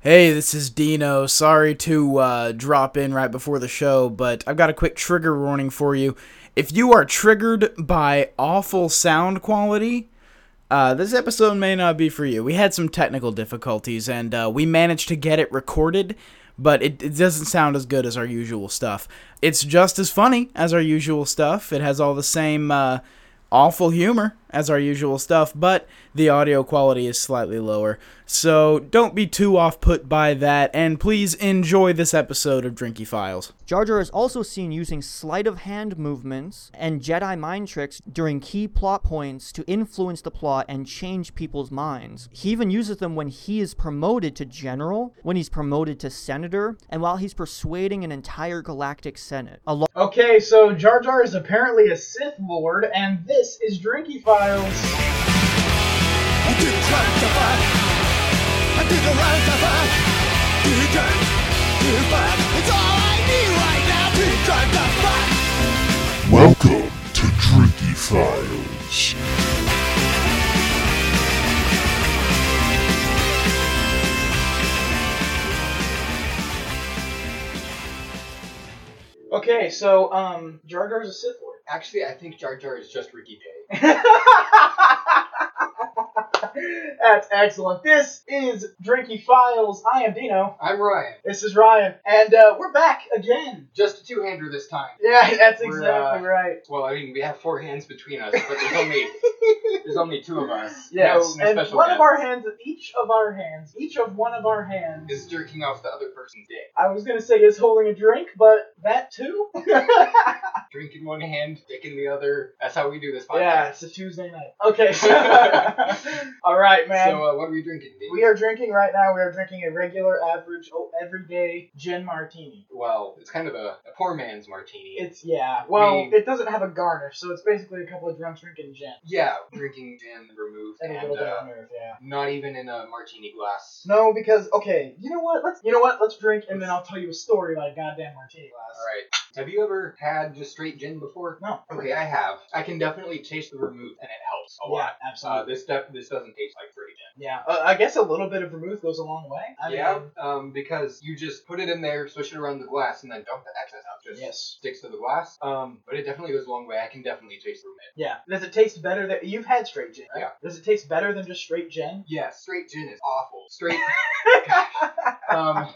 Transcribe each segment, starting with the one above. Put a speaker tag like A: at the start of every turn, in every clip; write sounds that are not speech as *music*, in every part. A: Hey, this is Dino. Sorry to uh, drop in right before the show, but I've got a quick trigger warning for you. If you are triggered by awful sound quality, uh, this episode may not be for you. We had some technical difficulties, and uh, we managed to get it recorded, but it, it doesn't sound as good as our usual stuff. It's just as funny as our usual stuff. It has all the same uh, awful humor as our usual stuff, but the audio quality is slightly lower. So don't be too off put by that, and please enjoy this episode of Drinky Files.
B: Jar Jar is also seen using sleight of hand movements and Jedi mind tricks during key plot points to influence the plot and change people's minds. He even uses them when he is promoted to general, when he's promoted to senator, and while he's persuading an entire galactic senate. Along
A: Okay, so Jar Jar is apparently a Sith Lord, and this is Drinky Files.
C: You tried to fight. I did the right to fight. You drank. You fight. It's all I need right now. You tried to fight.
D: Welcome to Drinky Files.
A: Okay, so um, Jar Jar is a Sith Lord.
E: Actually, I think Jar Jar is just Ricky Day.
A: *laughs* That's excellent. This is Drinky Files. I am Dino.
E: I'm Ryan.
A: This is Ryan, and uh, we're back again.
E: Just a two-hander this time.
A: Yeah, *laughs* that's
E: We're, uh,
A: exactly right. *laughs*
E: Well, I mean, we have four hands between us, but there's *laughs* only there's only two of us.
A: Yes,
E: No, no
A: and
E: special
A: one
E: guest
A: of our hands, each of our hands, each of one of our hands.
E: is jerking off the other person's dick.
A: I was gonna say is holding a drink, but that too. *laughs*
E: Drink in one hand, dick in the other. That's how we do this podcast.
A: yeah, it's a Tuesday night. Okay.
E: *laughs*
A: *laughs* All right, man.
E: So, uh, what are we drinking? Dave?
A: we are drinking right now. We are drinking a regular, average, oh, everyday gin martini.
E: Well, it's kind of a, a poor man's martini.
A: It's yeah. Well,
E: We-
A: it doesn't have a garnish, so it's basically a couple of drunks drinking gin
E: yeah, drinking gin removed
A: and
E: and,
A: a little bit
E: uh,
A: of nerve. Yeah.
E: not even in a martini glass.
A: No, because okay, you know what? Let's you know what? Let's drink and then I'll tell you a story about a goddamn martini glass.
E: All right. Have you ever had just straight gin before?
A: No.
E: Okay, I have. I can definitely taste the vermouth, and it helps a
A: Yeah,
E: lot. Uh,
A: absolutely.
E: this def- this doesn't taste like straight gin.
A: yeah. Uh, I guess a little bit of vermouth goes a long way. I
E: yeah,
A: mean,
E: um, because you just put it in there, swish it around the glass, and then dump the excess out. Just
A: Yes.
E: sticks to the glass. Um, but it definitely goes a long way. I can definitely taste the it.
A: Yeah. Does it taste better than you've had straight gin? Right?
E: Yeah.
A: Does it taste better than just straight gin?
E: Yeah, straight gin is awful.
A: *laughs*
E: Straight. um,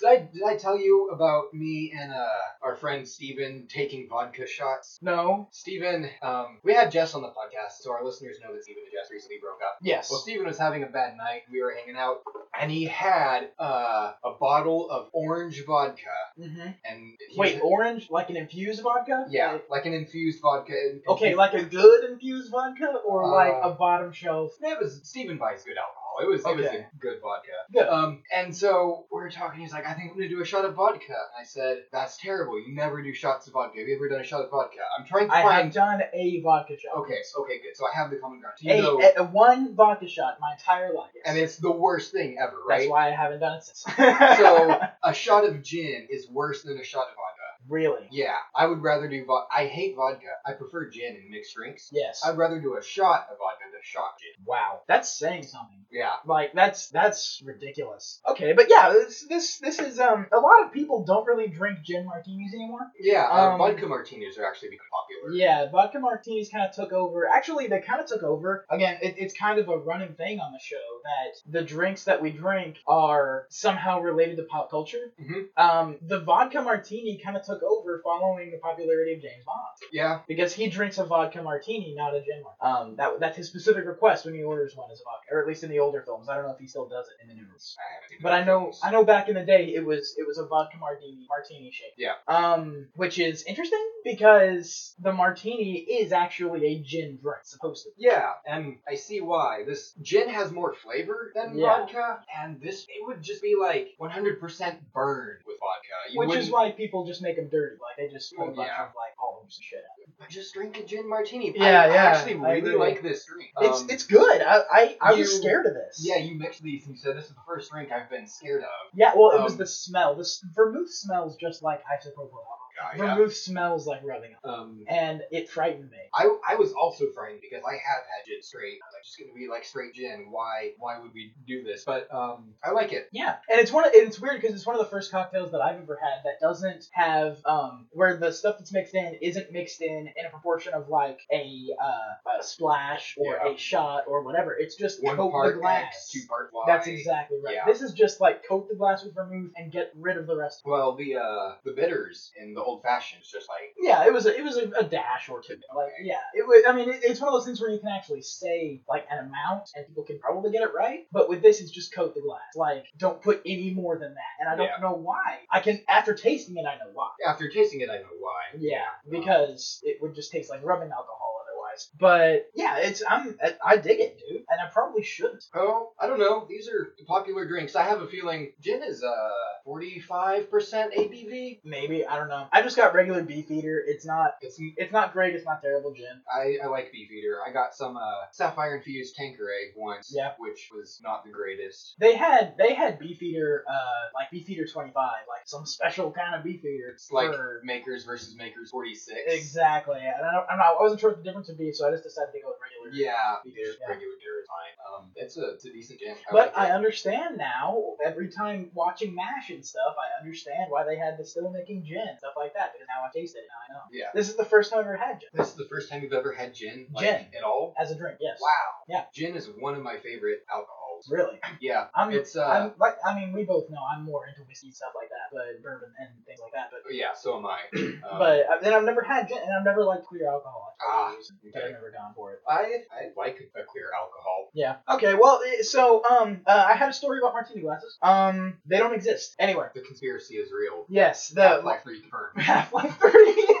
E: did I did I tell you about me and uh our friend Steven taking vodka shots?
A: No.
E: Steven, um, we had Jess on the podcast, so our listeners know that Steven and Jess recently broke up.
A: Yes.
E: Well, Steven was having a bad night. We were hanging out, and he had uh, a bottle of orange vodka.
A: hmm
E: And he
A: Wait,
E: was-
A: orange like an infused vodka?
E: Yeah, like an infused vodka. and-
A: Okay, like a good infused vodka or like
E: Uh,
A: a bottom shelf?
E: it was Stephen buys good alcohol. It was it was
A: Okay.
E: a good vodka.
A: Good.
E: Um, and so we were talking. He's like, I think I'm gonna do a shot of vodka. And I said, That's terrible. You never do shots of vodka. Have you ever done a shot of vodka? I'm trying to
A: I have
E: find.
A: done a vodka shot.
E: Okay, so- okay, good. So I have the common ground. Do You
A: A,
E: know,
A: a- a one vodka shot my entire life. Yes.
E: and it's the worst thing ever, right?
A: that's why I haven't done it
E: *laughs*
A: since. *laughs*
E: so a shot of gin is worse than a shot of vodka.
A: really?
E: Yeah, I would rather do vodka. I hate vodka. I prefer gin and mixed drinks.
A: Yes.
E: I'd rather do a shot of vodka than a shot of gin.
A: wow, that's saying something.
E: Yeah.
A: Like that's that's ridiculous. Okay, but yeah, this this this is um a lot of people don't really drink gin martinis anymore.
E: Yeah, uh,
A: Um,
E: vodka martinis are actually becoming popular.
A: Yeah, vodka martinis kind of took over. Actually, they kind of took over. Again, it, it's kind of a running thing on the show that the drinks that we drink are somehow related to pop culture.
E: Mhm.
A: Um, the vodka martini kind of took over following the popularity of James Bond.
E: Yeah,
A: because he drinks a vodka martini, not a gin martini. Um, that that's his specific request when he orders one is a vodka, or at least in the older films. I don't know if he still does it in the new ones.
E: I haven't seen
A: But I know
E: those.
A: I know back in the day it was it was a vodka martini martini shake.
E: Yeah.
A: Um, which is interesting because the martini is actually a gin drink, supposed to. be.
E: Yeah, and I see why. This gin has more flavor than
A: Yeah.
E: vodka, and this it would just be like 100% burned with vodka. You
A: Which
E: wouldn't,
A: is why people just make them dirty, like they just put a
E: Well,
A: bunch
E: yeah.
A: of like olives and shit. out.
E: but just drink a gin martini. I-
A: Yeah,
E: I,
A: yeah,
E: actually
A: I
E: really
A: agree.
E: like this drink. Um,
A: it's it's good. I I, I was
E: you-
A: scared of this.
E: Yeah, you mixed these and you said this is the first drink I've been scared of.
A: Yeah. Well, it was
E: Um,
A: the smell. This vermouth smells just like isopropyl alcohol.
E: guy.
A: The
E: yeah.
A: roof smells like rubbing alcohol,
E: Um,
A: and it frightened me.
E: I, I was also frightened because I have had gin straight. I'm like, just gonna be like straight gin. Why why would we do this? But um, I like it.
A: Yeah, and it's one. Of, and it's weird because it's one of the first cocktails that I've ever had that doesn't have um where the stuff that's mixed in isn't mixed in in a proportion of like a uh a splash or
E: Yeah.
A: a shot or whatever. It's just
E: One
A: coat
E: part
A: the glass.
E: X, two part Y.
A: That's exactly right.
E: Yeah.
A: This is just like coat the glass with vermouth and get rid of the rest.
E: Well, the uh the bitters in the old fashioned is just like
A: Yeah, it was a, it was a, a dash or two. Like yeah, it was. I mean, it, it's one of those things where you can actually say like an amount, and people can probably get it right. But with this, it's just coat the glass. Like don't put any more than that. And I don't
E: Yeah.
A: know why. I can after tasting it, I know why.
E: after tasting it, I know why.
A: Yeah, because it would just taste like rubbing alcohol otherwise. But yeah, it's I'm I- I dig it, dude, and I probably shouldn't.
E: Oh, I don't know. These are popular drinks. I have a feeling gin is uh forty five percent ABV.
A: Maybe I don't know. I just got regular Beefeater. It's not
E: It's
A: it's not great. It's not terrible gin.
E: I, I like Beefeater. I got some uh, sapphire infused Tanqueray once,
A: Yeah.
E: which was not the greatest.
A: They had they had Beefeater uh like Beefeater twenty five like some special kind of Beefeater.
E: It's like
A: for-
E: Makers versus Makers 46.
A: exactly. And I don't, I'm not, I wasn't sure what the difference would be, so I just decided to go with regular.
E: Yeah,
A: Beefeater,
E: just
A: yeah.
E: regular beer is fine. Um, it's a it's a decent gin. I
A: But
E: like
A: I
E: it.
A: understand now. Every time watching Mash and stuff, I understand why they had the still making gin stuff like that because now I taste it and I know.
E: yeah.
A: This is the first time I've ever had gin
E: This is the first time you've ever had gin, like,
A: Gin.
E: at all.
A: as a drink. Yes.
E: Wow.
A: Yeah.
E: Gin is one of my favorite alcohols.
A: Really.
E: Yeah.
A: I'm-
E: it's uh.
A: I'm like I mean we both know I'm more into whiskey stuff like that, but bourbon and things like that. But
E: yeah. So
A: *clears throat*
E: am I. Um,
A: but uh, then I've never had gin and I've never liked clear alcohol.
E: Ah,
A: But I've
E: okay.
A: never gone for it.
E: I I like a clear alcohol.
A: Yeah. Okay. Well, eh, so um, uh, I had a story about martini glasses. Um, they don't exist anywhere.
E: The conspiracy is real.
A: Yes. The
E: That like
A: *laughs*
E: three confirmed.
A: Half Life 3.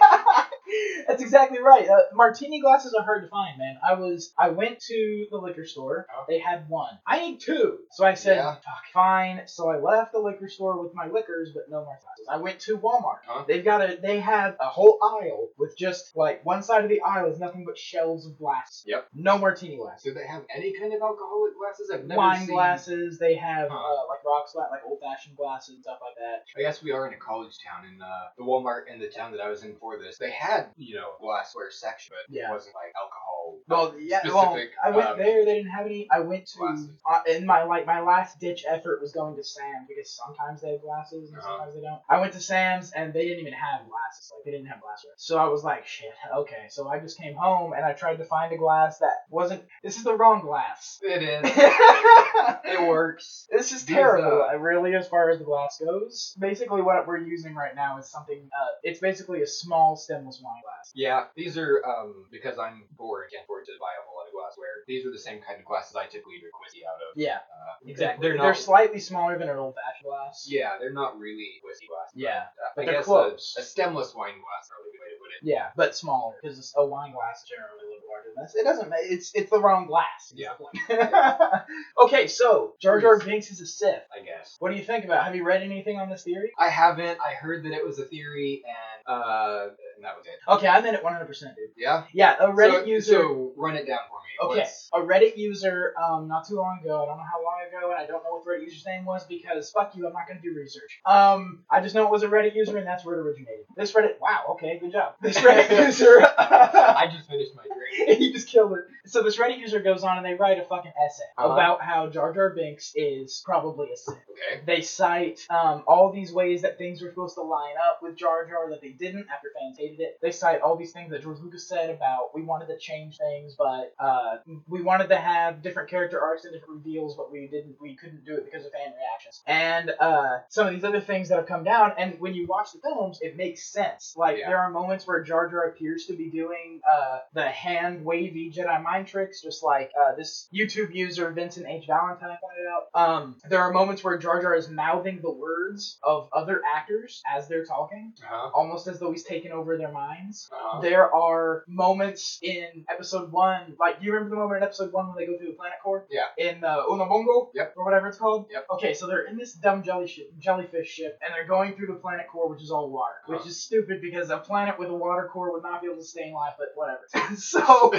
A: That's exactly right. Uh, martini glasses are hard to find, man. I was I went to the liquor store. They had one. I need two. So I said,
E: Oh. Yeah.
A: "Fuck, fine. So I left the liquor store with my liquors, but no martini glasses. I went to Walmart.
E: Huh?
A: They've got a they have a whole aisle with just like one side of the aisle is nothing but shelves of glass.
E: Yep.
A: No martini glasses.
E: Do they have any kind of alcoholic glasses? I've never
A: Wine
E: seen.
A: glasses. They have
E: Huh.
A: uh, like rocks, like old fashioned glasses and stuff like that.
E: I guess we are in a college town, and uh, the Walmart in the town that I was in for this, they had you know glassware section, but
A: Yeah.
E: it wasn't like alcohol.
A: Well, yeah.
E: specific,
A: well, I went
E: um,
A: there. They didn't have any. I went to
E: glasses.
A: uh, and my like my last ditch effort was going to Sam's because sometimes they have glasses and
E: Uh-huh.
A: sometimes they don't. I went to Sam's and they didn't even have glasses. Like they didn't have glassware. So I was like, shit. Okay. So I just came home and I tried to find a glass that wasn't. This is the wrong glass. *laughs*
E: It is. it
A: it
E: works.
A: *laughs* This is
E: These,
A: terrible. I
E: uh,
A: really, as far as the glass goes, basically what we're using right now is something. Uh, it's basically a small stemless wine glass.
E: Yeah, these are um because I'm bored, can't afford to buy a whole lot of glassware. These are the same kind of glasses I typically drink whiskey out of.
A: Yeah,
E: Uh,
A: exactly.
E: They're not.
A: they're slightly smaller than an old fashioned glass.
E: yeah, they're not really whiskey glasses.
A: Yeah,
E: uh,
A: but
E: I
A: they're
E: guess a-
A: close.
E: A, stemless wine glass, probably the way to put it.
A: Yeah, but smaller because a wine glass is generally a little larger than this. It doesn't. ma- It's it's the wrong glass. is
E: Yeah.
A: the point. *laughs* okay, so Jar Jar Binks is a Sith.
E: I guess.
A: What do you think about? it? Have you read anything on this theory?
E: I haven't. I heard that it was a theory, and uh, and that was it.
A: Okay, I'm in it 100, percent dude.
E: Yeah.
A: Yeah, a Reddit
E: so,
A: user.
E: So run it down for me.
A: Okay,
E: What's-
A: a Reddit user, um, not too long ago. I don't know how long ago, and I don't know what the Reddit user's name was because fuck you, I'm not gonna do research. Um, I just know it was a Reddit user, and that's where it originated. This Reddit, wow, okay, good job. This *laughs*
E: *laughs*
A: Reddit user, *laughs*
E: I just finished my drink.
A: he just killed it. So this Reddit user goes on and they write a fucking essay
E: Uh-huh.
A: about how Jar Jar Binks is probably a Sith.
E: Okay.
A: They cite um, all these ways that things were supposed to line up with Jar Jar that they didn't after fans hated it. They cite all these things that George Lucas said about we wanted to change things, but uh, we wanted to have different character arcs and different reveals, but we didn't, we couldn't do it because of fan reactions. And uh, some of these other things that have come down. And when you watch the films, it makes sense. Like
E: Yeah.
A: there are moments where Jar Jar appears to be doing uh, the hand wavy Jedi mind tricks, just like uh, this YouTube user Vincent H Valentine pointed out. Um, there are moments where Jar Jar is mouthing the words of other actors as they're talking,
E: Uh-huh.
A: almost as though he's taken over their minds.
E: Uh-huh.
A: There are moments in episode one, like do you remember the moment in episode one when they go through the planet core?
E: Yeah.
A: In the Unabongo?
E: Yep.
A: Or whatever it's called?
E: Yep.
A: Okay, so they're in this dumb jelly ship, jellyfish ship, and they're going through the planet core, which is all water, which
E: Huh.
A: is stupid because a planet with a water core would not be able to stay in life, but whatever. *laughs* so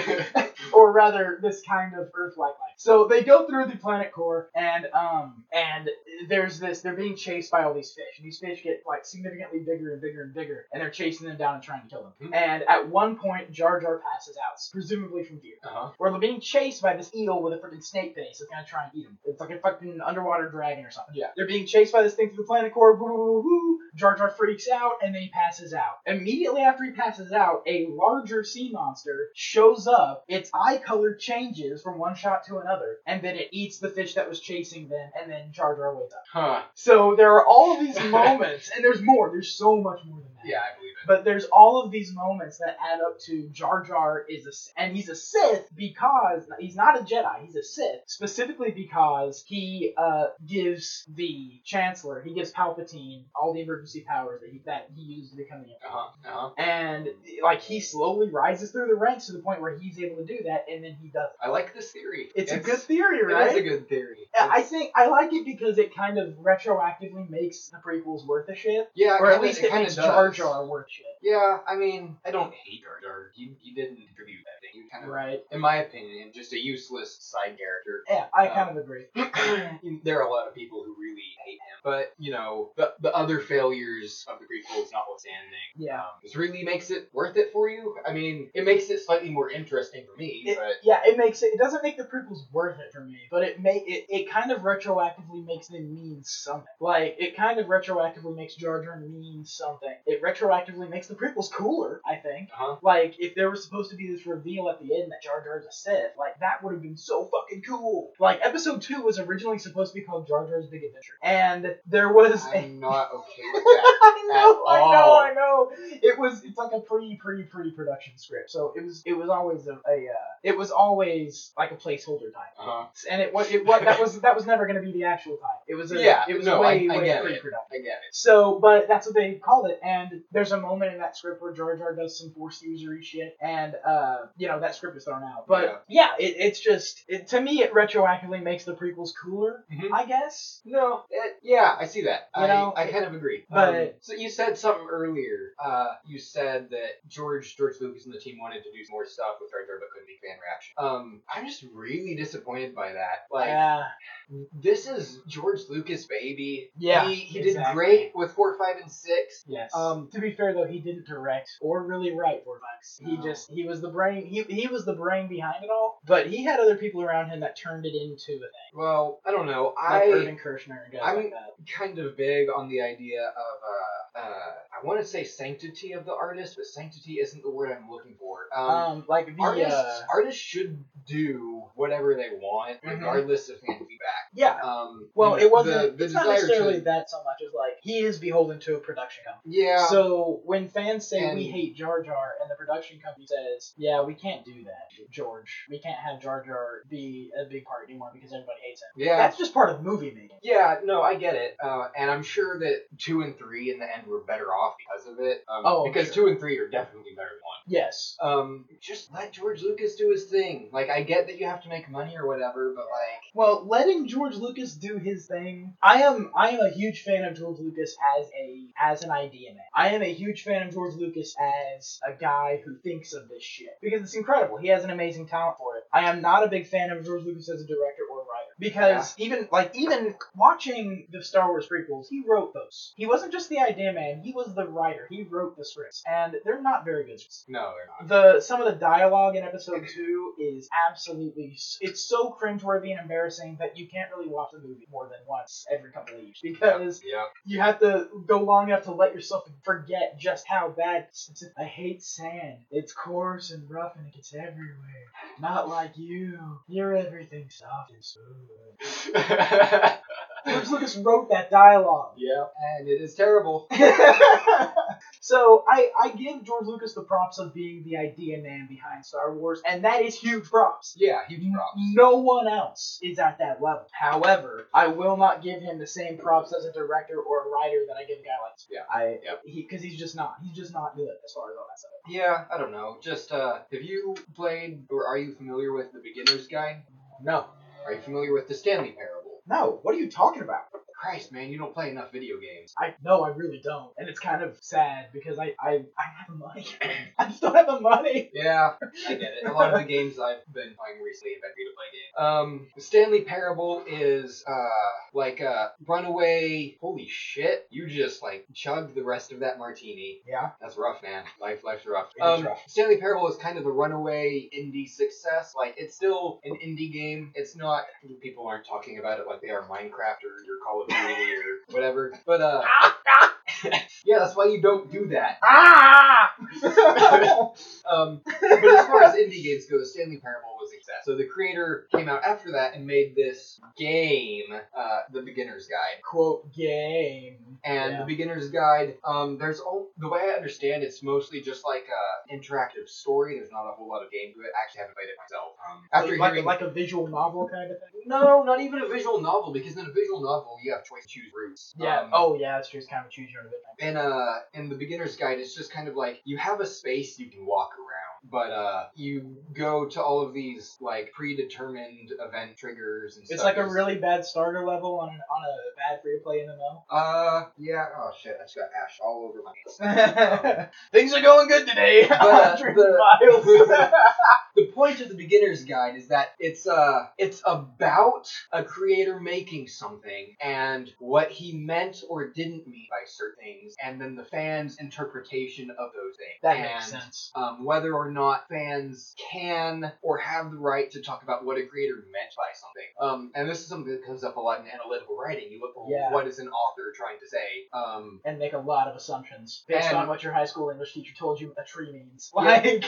A: or rather this kind of Earth-like life. So they go through the planet core, and um, and there's this. They're being chased by all these fish, and these fish get like significantly bigger and bigger and bigger, and they're chasing them down and trying to kill them.
E: Mhm.
A: And at one point, Jar Jar passes out, presumably from fear.
E: Uh-huh.
A: Where they're being chased by this eel with a freaking snake face that's gonna try and eat them. It's like a fucking underwater dragon or something.
E: Yeah.
A: They're being chased by this thing through the planet core. Woo, woo, woo, woo. Jar Jar freaks out and then he passes out. Immediately after he passes out, a larger sea monster shows up. Its eye color changes from one shot to another, and then it eats the fish that was chasing them, and then Jar Jar wakes up.
E: Huh.
A: So there are all
E: *laughs*
A: these moments, and there's more. There's so much more than that.
E: Yeah, I believe it.
A: But there's all of these moments that add up to Jar Jar is a S- and he's a Sith because he's not a Jedi, he's a Sith specifically because he uh, gives the Chancellor, he gives Palpatine all the emergency powers that he that he used to become the Emperor.
E: Uh-huh. Uh-huh.
A: And like he slowly rises through the ranks to the point where he's able to do that, and then he does.
E: I like this theory.
A: It. It's, a good theory, right?
E: It is a good theory.
A: I I think I like it because it kind of retroactively makes the prequels worth a shit,
E: yeah,
A: or at
E: kinda-
A: least it,
E: kinda
A: makes Jar
E: does.
A: Jar worth shit,
E: Yeah, I mean, I don't hate Jar Jar. You, you didn't contribute that thing. You kind of,
A: right?
E: in my opinion, just a useless side character.
A: Yeah, I kind of agree.
E: *coughs* there are a lot of people who really hate him, but you know the, the other failures of the prequels notwithstanding,
A: Yeah.
E: um, this really makes it worth it for you. I mean, it makes it slightly more interesting for me,
A: It,
E: but
A: yeah, it makes it. It doesn't make the prequels worth it for me, but it may it, it kind of retroactively makes them mean something. Like it kind of retroactively makes Jar Jar mean something. It retroactively makes the prequels cooler. I think.
E: uh-huh.
A: *laughs* Like if there was supposed to be this reveal at the end that Jar Jar's a Sith, like that would have been so fucking cool. Like Episode Two was originally supposed to be called Jar Jar's Big Adventure, and there was a
E: I'm not okay with that. *laughs*
A: I know,
E: at
A: I know,
E: all.
A: I know. It was it's like a pre pre pre production script, so it was it was always a, a uh, it was always like a placeholder title,
E: Uh-huh.
A: and it was it was that
E: *laughs*
A: was that was never going to be the actual title. It was a,
E: Yeah,
A: it was
E: no, I-
A: way
E: I
A: way
E: get it.
A: pre production.
E: I get it.
A: So, but that's what they called it. And there's a moment in that script where Jar Jar does some force usery shit, and uh, you know that script is thrown out. But yeah, it, it's just it, to me it retroactively makes the prequels cooler,
E: Mhm.
A: I guess.
E: No, eh, yeah, I see that.
A: Uh, You
E: I,
A: know,
E: I kind of agree.
A: but-
E: Um, so you said something earlier. Uh, you said that George George Lucas and the team wanted to do more stuff with Jar Jar, but couldn't be fan reaction. Um, I'm just really disappointed by that. Like,
A: Yeah,
E: this is George Lucas, baby.
A: Yeah,
E: he, he did
A: exactly.
E: great with four, five, and six.
A: Yes. Um, to be fair though, he didn't direct or really write for Bucks. He
E: No.
A: just he was the brain. He he was the brain behind it all. But he had other people around him that turned it into a thing,
E: Well, I don't know.
A: like
E: I
A: Irvin Kershner and guys
E: I'm-
A: like that.
E: kind of big on the idea of uh, uh, I want to say sanctity of the artist, but sanctity isn't the word I'm looking for.
A: Um,
E: Um,
A: like the
E: artists
A: uh,
E: artists should do whatever they want,
A: Mhm.
E: regardless of fan feedback.
A: yeah.
E: Um,
A: Well,
E: the-
A: it wasn't.
E: the
A: it's not
E: desire
A: necessarily
E: to-
A: that so much as like he is beholden to a production company.
E: Yeah.
A: So when fans say
E: And-
A: we hate Jar Jar and the production company says, yeah, we can't do that, George. We can't have Jar Jar be a big part anymore because everybody hates him.
E: yeah.
A: That's just part of movie making.
E: yeah, no, I get it, uh, and I'm sure that two and three in the end were better off because of it. Um,
A: Oh, I'm
E: because
A: sure.
E: two and three are definitely better than one.
A: Yes.
E: um, just let George Lucas do his thing. Like, I get that you have to make money or whatever, but like,
A: Well, letting George Lucas do his thing. I am I am a huge fan of George Lucas as a as an idea man. I am a huge fan of George Lucas as a guy who thinks of this shit because it's incredible. He has an amazing talent for it. I am not a big fan of George Lucas as a director or a writer because even like even watching the Star Wars prequels, he wrote those. He wasn't just the idea man. He was the writer. He wrote the scripts, and they're not very good scripts
E: no, they're not.
A: the some of the dialogue in episode two is absolutely s- it's so cringeworthy and embarrassing that you can't really watch the movie more than once every couple of years because
E: Yeah.
A: you have to go long enough to let yourself forget just how bad it's, I hate sand it's coarse and rough and it gets everywhere not like you you're everything soft and smooth
E: *laughs* yeah.
A: George Lucas wrote that dialogue
E: And it is terrible. *laughs*
A: *laughs* so I, I give George Lucas the props of being the idea man behind Star Wars, and that is huge props.
E: Yeah,
A: Mm-hmm.
E: huge props.
A: No one else is at that level. However, I will not give him the same props as a director or a writer that I give a guy like
E: Yeah.
A: I
E: Yep.
A: because he's just not he's just not good as far as all that stuff.
E: Yeah, I don't know. Just, uh, have you played or are you familiar with The Beginner's Guide?
A: No,
E: Are you familiar with the Stanley Parable?
A: no. What are you talking about?
E: Christ, man, you don't play enough video games.
A: I no, I really don't, and it's kind of sad because I I, I have money. *laughs* I just don't have the money.
E: Yeah, I get it. A lot of the games I've been playing recently have been free-to-play games. Um, Stanley Parable is uh like a runaway. Holy shit! You just like chugged the rest of that martini.
A: *laughs* Yeah.
E: That's rough, man. Life, life's rough.
A: It is
E: Um,
A: rough.
E: Stanley Parable is kind of the runaway indie success. Like it's still an indie game. It's not people aren't talking about it like they are Minecraft or your Call of Duty or whatever. But uh, *laughs* yeah, that's why you don't do that. *laughs*
A: Ah!
E: um, but as
A: *laughs*
E: far as indie games go, Stanley Parable was a success. So the creator came out after that and made this game, uh, The Beginner's Guide.
A: Quote game.
E: And
A: Yeah.
E: the beginner's guide, um, there's all the way I understand it's mostly just like a interactive story. There's not a whole lot of game to it. I actually haven't played it myself. Um, after
A: like,
E: hearing,
A: like a visual novel kind of thing.
E: no, not even a visual novel because in a visual novel you have choice to choose routes.
A: Yeah.
E: Um,
A: oh yeah, that's true. It's kind of a choose your own adventure.
E: in uh in the beginner's guide it's just kind of like you have a space you can walk around but uh you go to all of these like predetermined event triggers and
A: It's
E: stuff.
A: like a really bad starter level on on a bad free to play MMO.
E: uh yeah oh shit i just got ash all over my hands *laughs*
A: Things are going good today.
E: uh,
A: 100
E: *laughs* the-
A: miles.
E: the point of the beginner's guide is that it's uh it's about a creator making something and what he meant or didn't mean by certain things and then the fans interpretation of those things
A: that
E: and
A: makes sense.
E: um, whether or not fans can or have the right to talk about what a creator meant by something. Um, and this is something that comes up a lot in analytical writing. You look at
A: Yeah.
E: what is an author trying to say. Um,
A: And make a lot of assumptions based
E: And-
A: on what your high school English teacher told you a tree means.
E: yeah,
A: Like,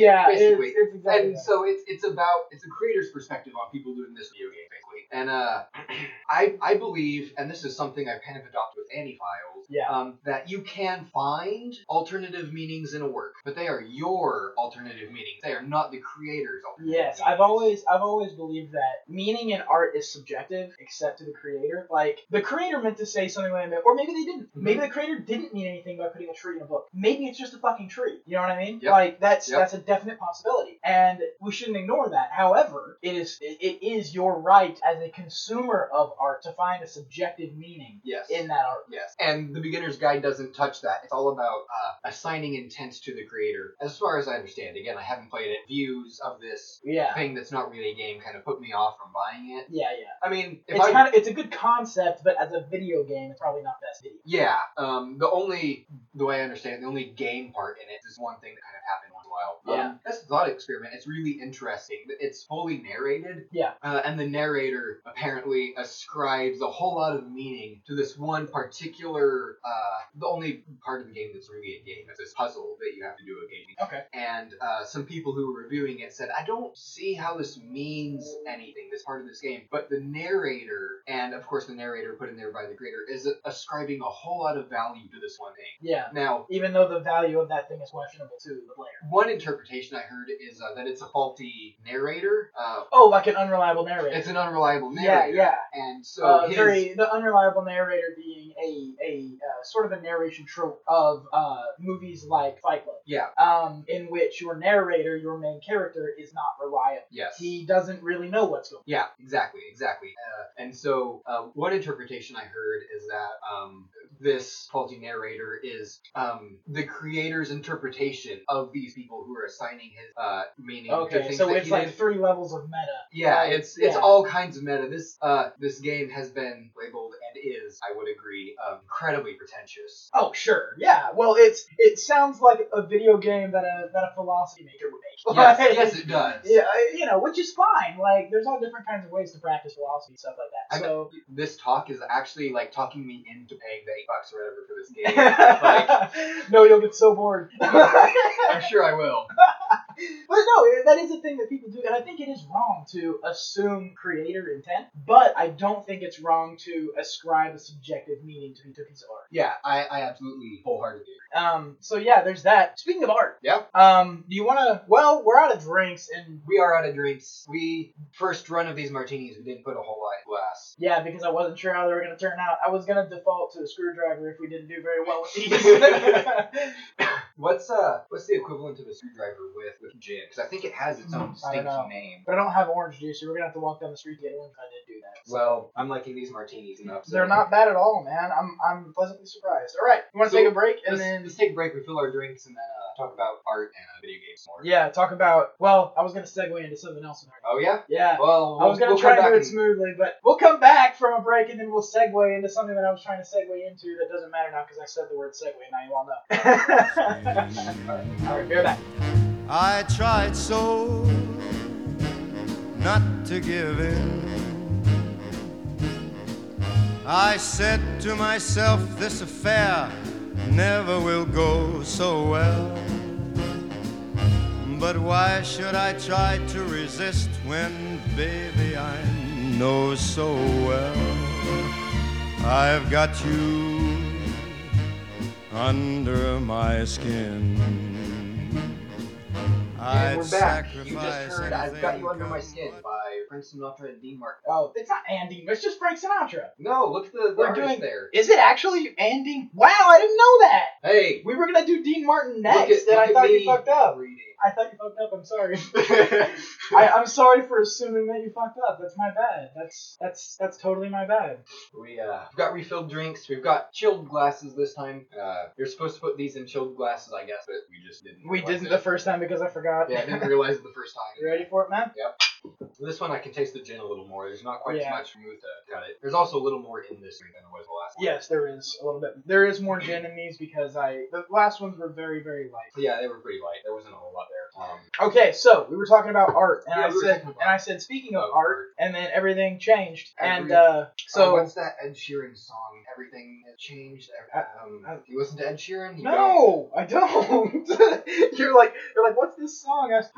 A: *laughs* yeah,
E: basically.
A: it's, it's exactly.
E: and
A: that.
E: so it's it's about it's a creator's perspective on people doing this video game basically. And uh, *clears throat* I I believe, and this is something I kind of adopted with Annie Files,
A: Yeah.
E: um, that you can find alternative meanings in a work, but they are your alternative meanings. They are not the creator's. Alternative
A: Yes,
E: meanings.
A: I've always I've always believed that meaning in art is subjective, except to the creator. Like the creator meant to say something like that, or maybe they didn't. Maybe the creator didn't mean anything by putting a tree in a book. Maybe it's just a fucking tree. You know what I mean?
E: Yep.
A: Like that's
E: Yep.
A: that's a definite possibility, and we shouldn't ignore that. However, it is it, it is your right as a consumer of art to find a subjective meaning
E: Yes.
A: in that art.
E: Yes, and the beginner's guide doesn't touch that. It's all about uh, assigning intent to the creator, as far as I understand. Again, I haven't played it. Views of this
A: Yeah.
E: thing that's not really a game kind of put me off from buying it.
A: Yeah, yeah.
E: I mean, if
A: It's
E: I
A: kind of it's a good concept, but as a video game, it's probably not best. Video.
E: yeah, um, the only the way I understand it, the only game part in it is one thing that kind of happened once in a while.
A: Yeah.
E: um, that's a thought experiment. It's really interesting. It's fully narrated.
A: Yeah.
E: uh, and the narrator apparently ascribes a whole lot of meaning to this one particular uh, the only part of the game that's really a game is this puzzle that you have to do occasionally
A: Okay.
E: and uh, some people who were reviewing it said i don't see how this means anything this part of this game but the narrator and of course the narrator put in there by the creator is ascribing a whole lot of value to this one thing
A: Yeah.
E: now
A: even though the value of that thing is questionable to the player.
E: one interpretation i heard is uh, that it's a faulty narrator uh,
A: Oh, like an unreliable narrator.
E: it's an unreliable
A: yeah,
E: narrator
A: yeah.
E: and so
A: uh,
E: his,
A: very the unreliable narrator being a a uh, sort of a narration trope of uh, movies like Fight Club,
E: yeah
A: um, in which your narrator, your main character, is not reliable.
E: Yes.
A: He doesn't really know what's going.
E: yeah, exactly, exactly. Uh, and so, uh, one interpretation I heard is that um, this faulty narrator is um, the creator's interpretation of these people who are assigning his uh, meaning
A: on.
E: to
A: Okay,
E: things
A: so
E: that
A: it's
E: he
A: like
E: did.
A: three levels of meta.
E: Yeah,
A: like,
E: it's it's
A: yeah.
E: all kinds of meta. This uh this game has been labeled and is, I would agree, um, incredibly pretentious.
A: Oh sure, yeah. Well, it's it sounds like a video game that a that a philosophy maker would make. *laughs*
E: Yes,
A: Like-
E: yes, it does.
A: Yeah, I- you know, which is fine. Like, there's all different kinds of ways to practice philosophy and stuff like
E: I
A: that.
E: know
A: *laughs* So,
E: this talk is actually like talking me into paying the eight bucks or whatever for
A: *laughs*
E: this game.
A: no, you'll get so bored. *laughs* but
E: I'm sure I will.
A: no, that is a thing that people do, and I think it is wrong to assume creator intent. But I don't think it's wrong to ascribe a subjective meaning to to a piece of art.
E: Yeah, I, I absolutely wholeheartedly agree.
A: Um, so yeah, there's that. Speaking of art,
E: Yeah.
A: Um, do you want to? Well, we're out of drinks, and
E: We are out of drinks. We first run of these martinis. We didn't put a whole lot in glass.
A: Yeah, because I wasn't sure how they were gonna turn out. I was gonna default to a screwdriver if we didn't
E: *laughs*
A: do very well with these.
E: What's uh? What's the equivalent of a screwdriver with the gin because I think it has its
A: Hmm, I
E: own distinct
A: don't know.
E: name.
A: *laughs* But I don't have orange juice, so we're gonna have to walk down the street to get one. I did do that. so-
E: Well, I'm liking these martinis enough. So
A: they're not bad at all, man. I'm I'm pleasantly surprised. All right, you want to
E: So,
A: take a break and
E: Let's,
A: then
E: let's take a break, refill our drinks, and then uh, talk about art and uh, video games more.
A: yeah, talk about. Well, I was gonna segue into something else. in there.
E: Oh yeah.
A: Yeah,
E: Well,
A: I was
E: we'll-
A: gonna
E: we'll
A: try
E: come
A: to do
E: back
A: it
E: and-
A: smoothly, but we'll come back from a break and then we'll segue into something that I was trying to segue into that doesn't matter now because I said the word segue. Now you all know. *laughs* all right, be right back.
C: I tried so not to give in. I said to myself, this affair never will go so well. But why should I try to resist when, baby, I know so well I've got you under my skin?
E: And
C: I'd
E: we're back. You
C: sacrifice
E: just heard I've Got You
C: anything
E: Under My
C: come
E: Skin by Prince Sinatra and Dean Martin.
A: Oh, it's not Andy. It's just Frank Sinatra.
E: No, look at the, the
A: We're
E: artist
A: doing-
E: there.
A: Is it actually Andy? Wow, I didn't know that.
E: Hey,
A: We were gonna do Dean Martin
E: Look at-
A: next, and
E: look
A: I
E: at
A: thought you
E: me.
A: fucked up.
E: reading. *laughs*
A: I thought you fucked up. I'm sorry. I, I'm sorry for assuming that you fucked up. That's my bad. That's that's that's totally my bad.
E: we uh, we've got refilled drinks. We've got chilled glasses this time. Uh, you're supposed to put these in chilled glasses, I guess, but we just didn't.
A: We
E: realize
A: didn't
E: it.
A: the first time because I forgot.
E: Yeah, I didn't realize it the first time.
A: *laughs* you ready for it, man?
E: This one I can taste the gin a little more. There's not quite
A: Yeah.
E: as much vermouth to cut it. There's also a little more in this drink than there was the last one.
A: Yes, there is a little bit. There is more gin in these because I the last ones were very very light.
E: Yeah, they were pretty light. There wasn't a whole lot there. Um,
A: Okay, so we were talking about art, and
E: Yeah,
A: I
E: we were
A: said
E: talking about Oh,
A: and I said speaking of
E: art.
A: art, and then everything changed, and
E: Every-
A: uh,
E: So
A: so
E: what's that Ed Sheeran song? Everything has changed. Ev- Um,
A: I-
E: you listen to Ed Sheeran? You
A: Uh,
E: don't.
A: no, I don't. *laughs* you're like you're like what's this song? I, s-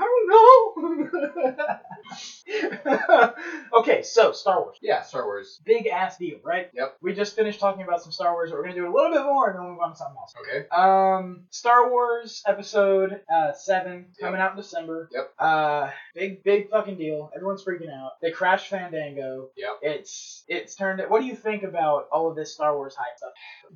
A: I don't know. *laughs* okay, so Star Wars.
E: Yeah, Star Wars.
A: big ass deal, right?
E: Yep.
A: We just finished talking about some Star Wars, but we're gonna do a little bit more and then we'll move on to something else.
E: Okay.
A: Um, Star Wars Episode uh, Seven
E: Yep.
A: coming out in December.
E: Yep.
A: Uh, big big fucking deal. Everyone's freaking out. They crashed Fandango.
E: Yep.
A: It's it's turned. What do you think about all of this Star Wars hype stuff?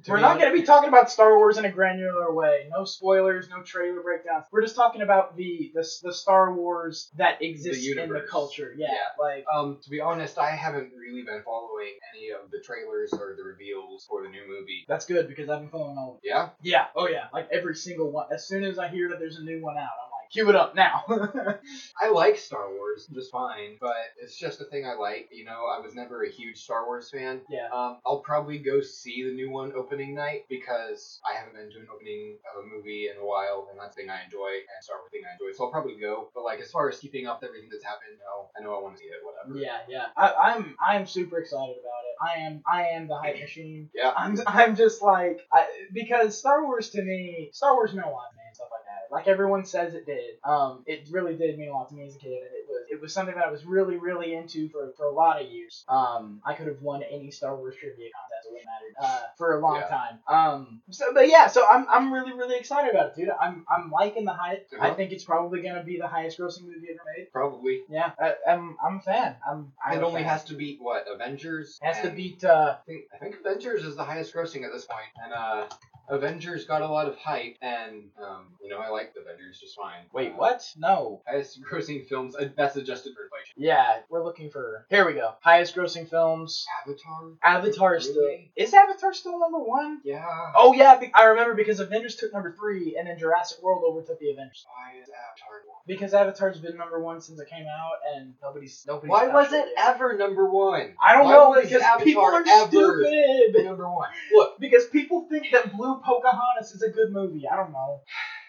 E: To
A: we're
E: be
A: not
E: honest-
A: gonna be talking about Star Wars in a granular way. No spoilers. No trailer breakdowns. We're just talking about the the, the Star Wars that exists in the
E: universe.
A: culture. Yeah.
E: Yeah.
A: Like.
E: Um, to be honest, I haven't really been following any of the trailers or the reveals for the new movie.
A: That's good because I've been following all of
E: Yeah.
A: Yeah, oh yeah, like every single one. As soon as I hear that there's a new one out, I'm like, cue it up now. *laughs*
E: I like Star Wars just fine, but it's just a thing I like. You know, I was never a huge Star Wars fan.
A: yeah.
E: Um, I'll probably go see the new one opening night because I haven't been to an opening of a movie in a while, and that's the thing I enjoy, and Star Wars thing I enjoy. So I'll probably go. But like, as far as keeping up with everything that's happened, no, I know I want to see it. Whatever.
A: Yeah, yeah. I, I'm I'm super excited about it. I am I am the hype machine.
E: Yeah.
A: I'm *laughs* I'm just like I, because Star Wars to me, Star Wars meant a lot to me and stuff like that. Like everyone says it did. Um, it really did mean a lot to me as a kid, and it was it was something that I was really really into for, for a lot of years. Um, I could have won any Star Wars trivia contest. It wouldn't mattered uh, for a long
E: Yeah.
A: time. Um, so but yeah, so I'm I'm really really excited about it, dude. I'm I'm liking the hype. I
E: Uh-huh.
A: think it's probably gonna be the highest grossing movie ever made.
E: Probably.
A: Yeah, I, I'm I'm a fan. I'm. I'm
E: It
A: a
E: only
A: fan.
E: has to beat what Avengers.
A: Has to
E: and-
A: beat. Uh,
E: I think, I think Avengers is the highest grossing at this point, and uh, Avengers got a lot of hype, and um, you know I like the Avengers just fine.
A: wait,
E: Uh,
A: what? No.
E: Highest grossing films. Uh, that's adjusted for inflation.
A: Yeah, we're looking for. Here we go. Highest grossing films.
E: Avatar.
A: Avatar is still.
E: Really?
A: Is Avatar still number one?
E: Yeah.
A: Oh yeah, be- I remember because Avengers took number three, and then Jurassic World overtook the Avengers.
E: Why is Avatar? one?
A: Because Avatar's been number one since it came out, and nobody's nobody's.
E: Why
A: touched
E: was it
A: yet.
E: ever number one?
A: I don't
E: Why
A: know
E: was
A: because
E: Avatar
A: people are
E: ever
A: stupid.
E: Number one. Look,
A: Because people think that Blue Pocahontas is a good movie. I don't know.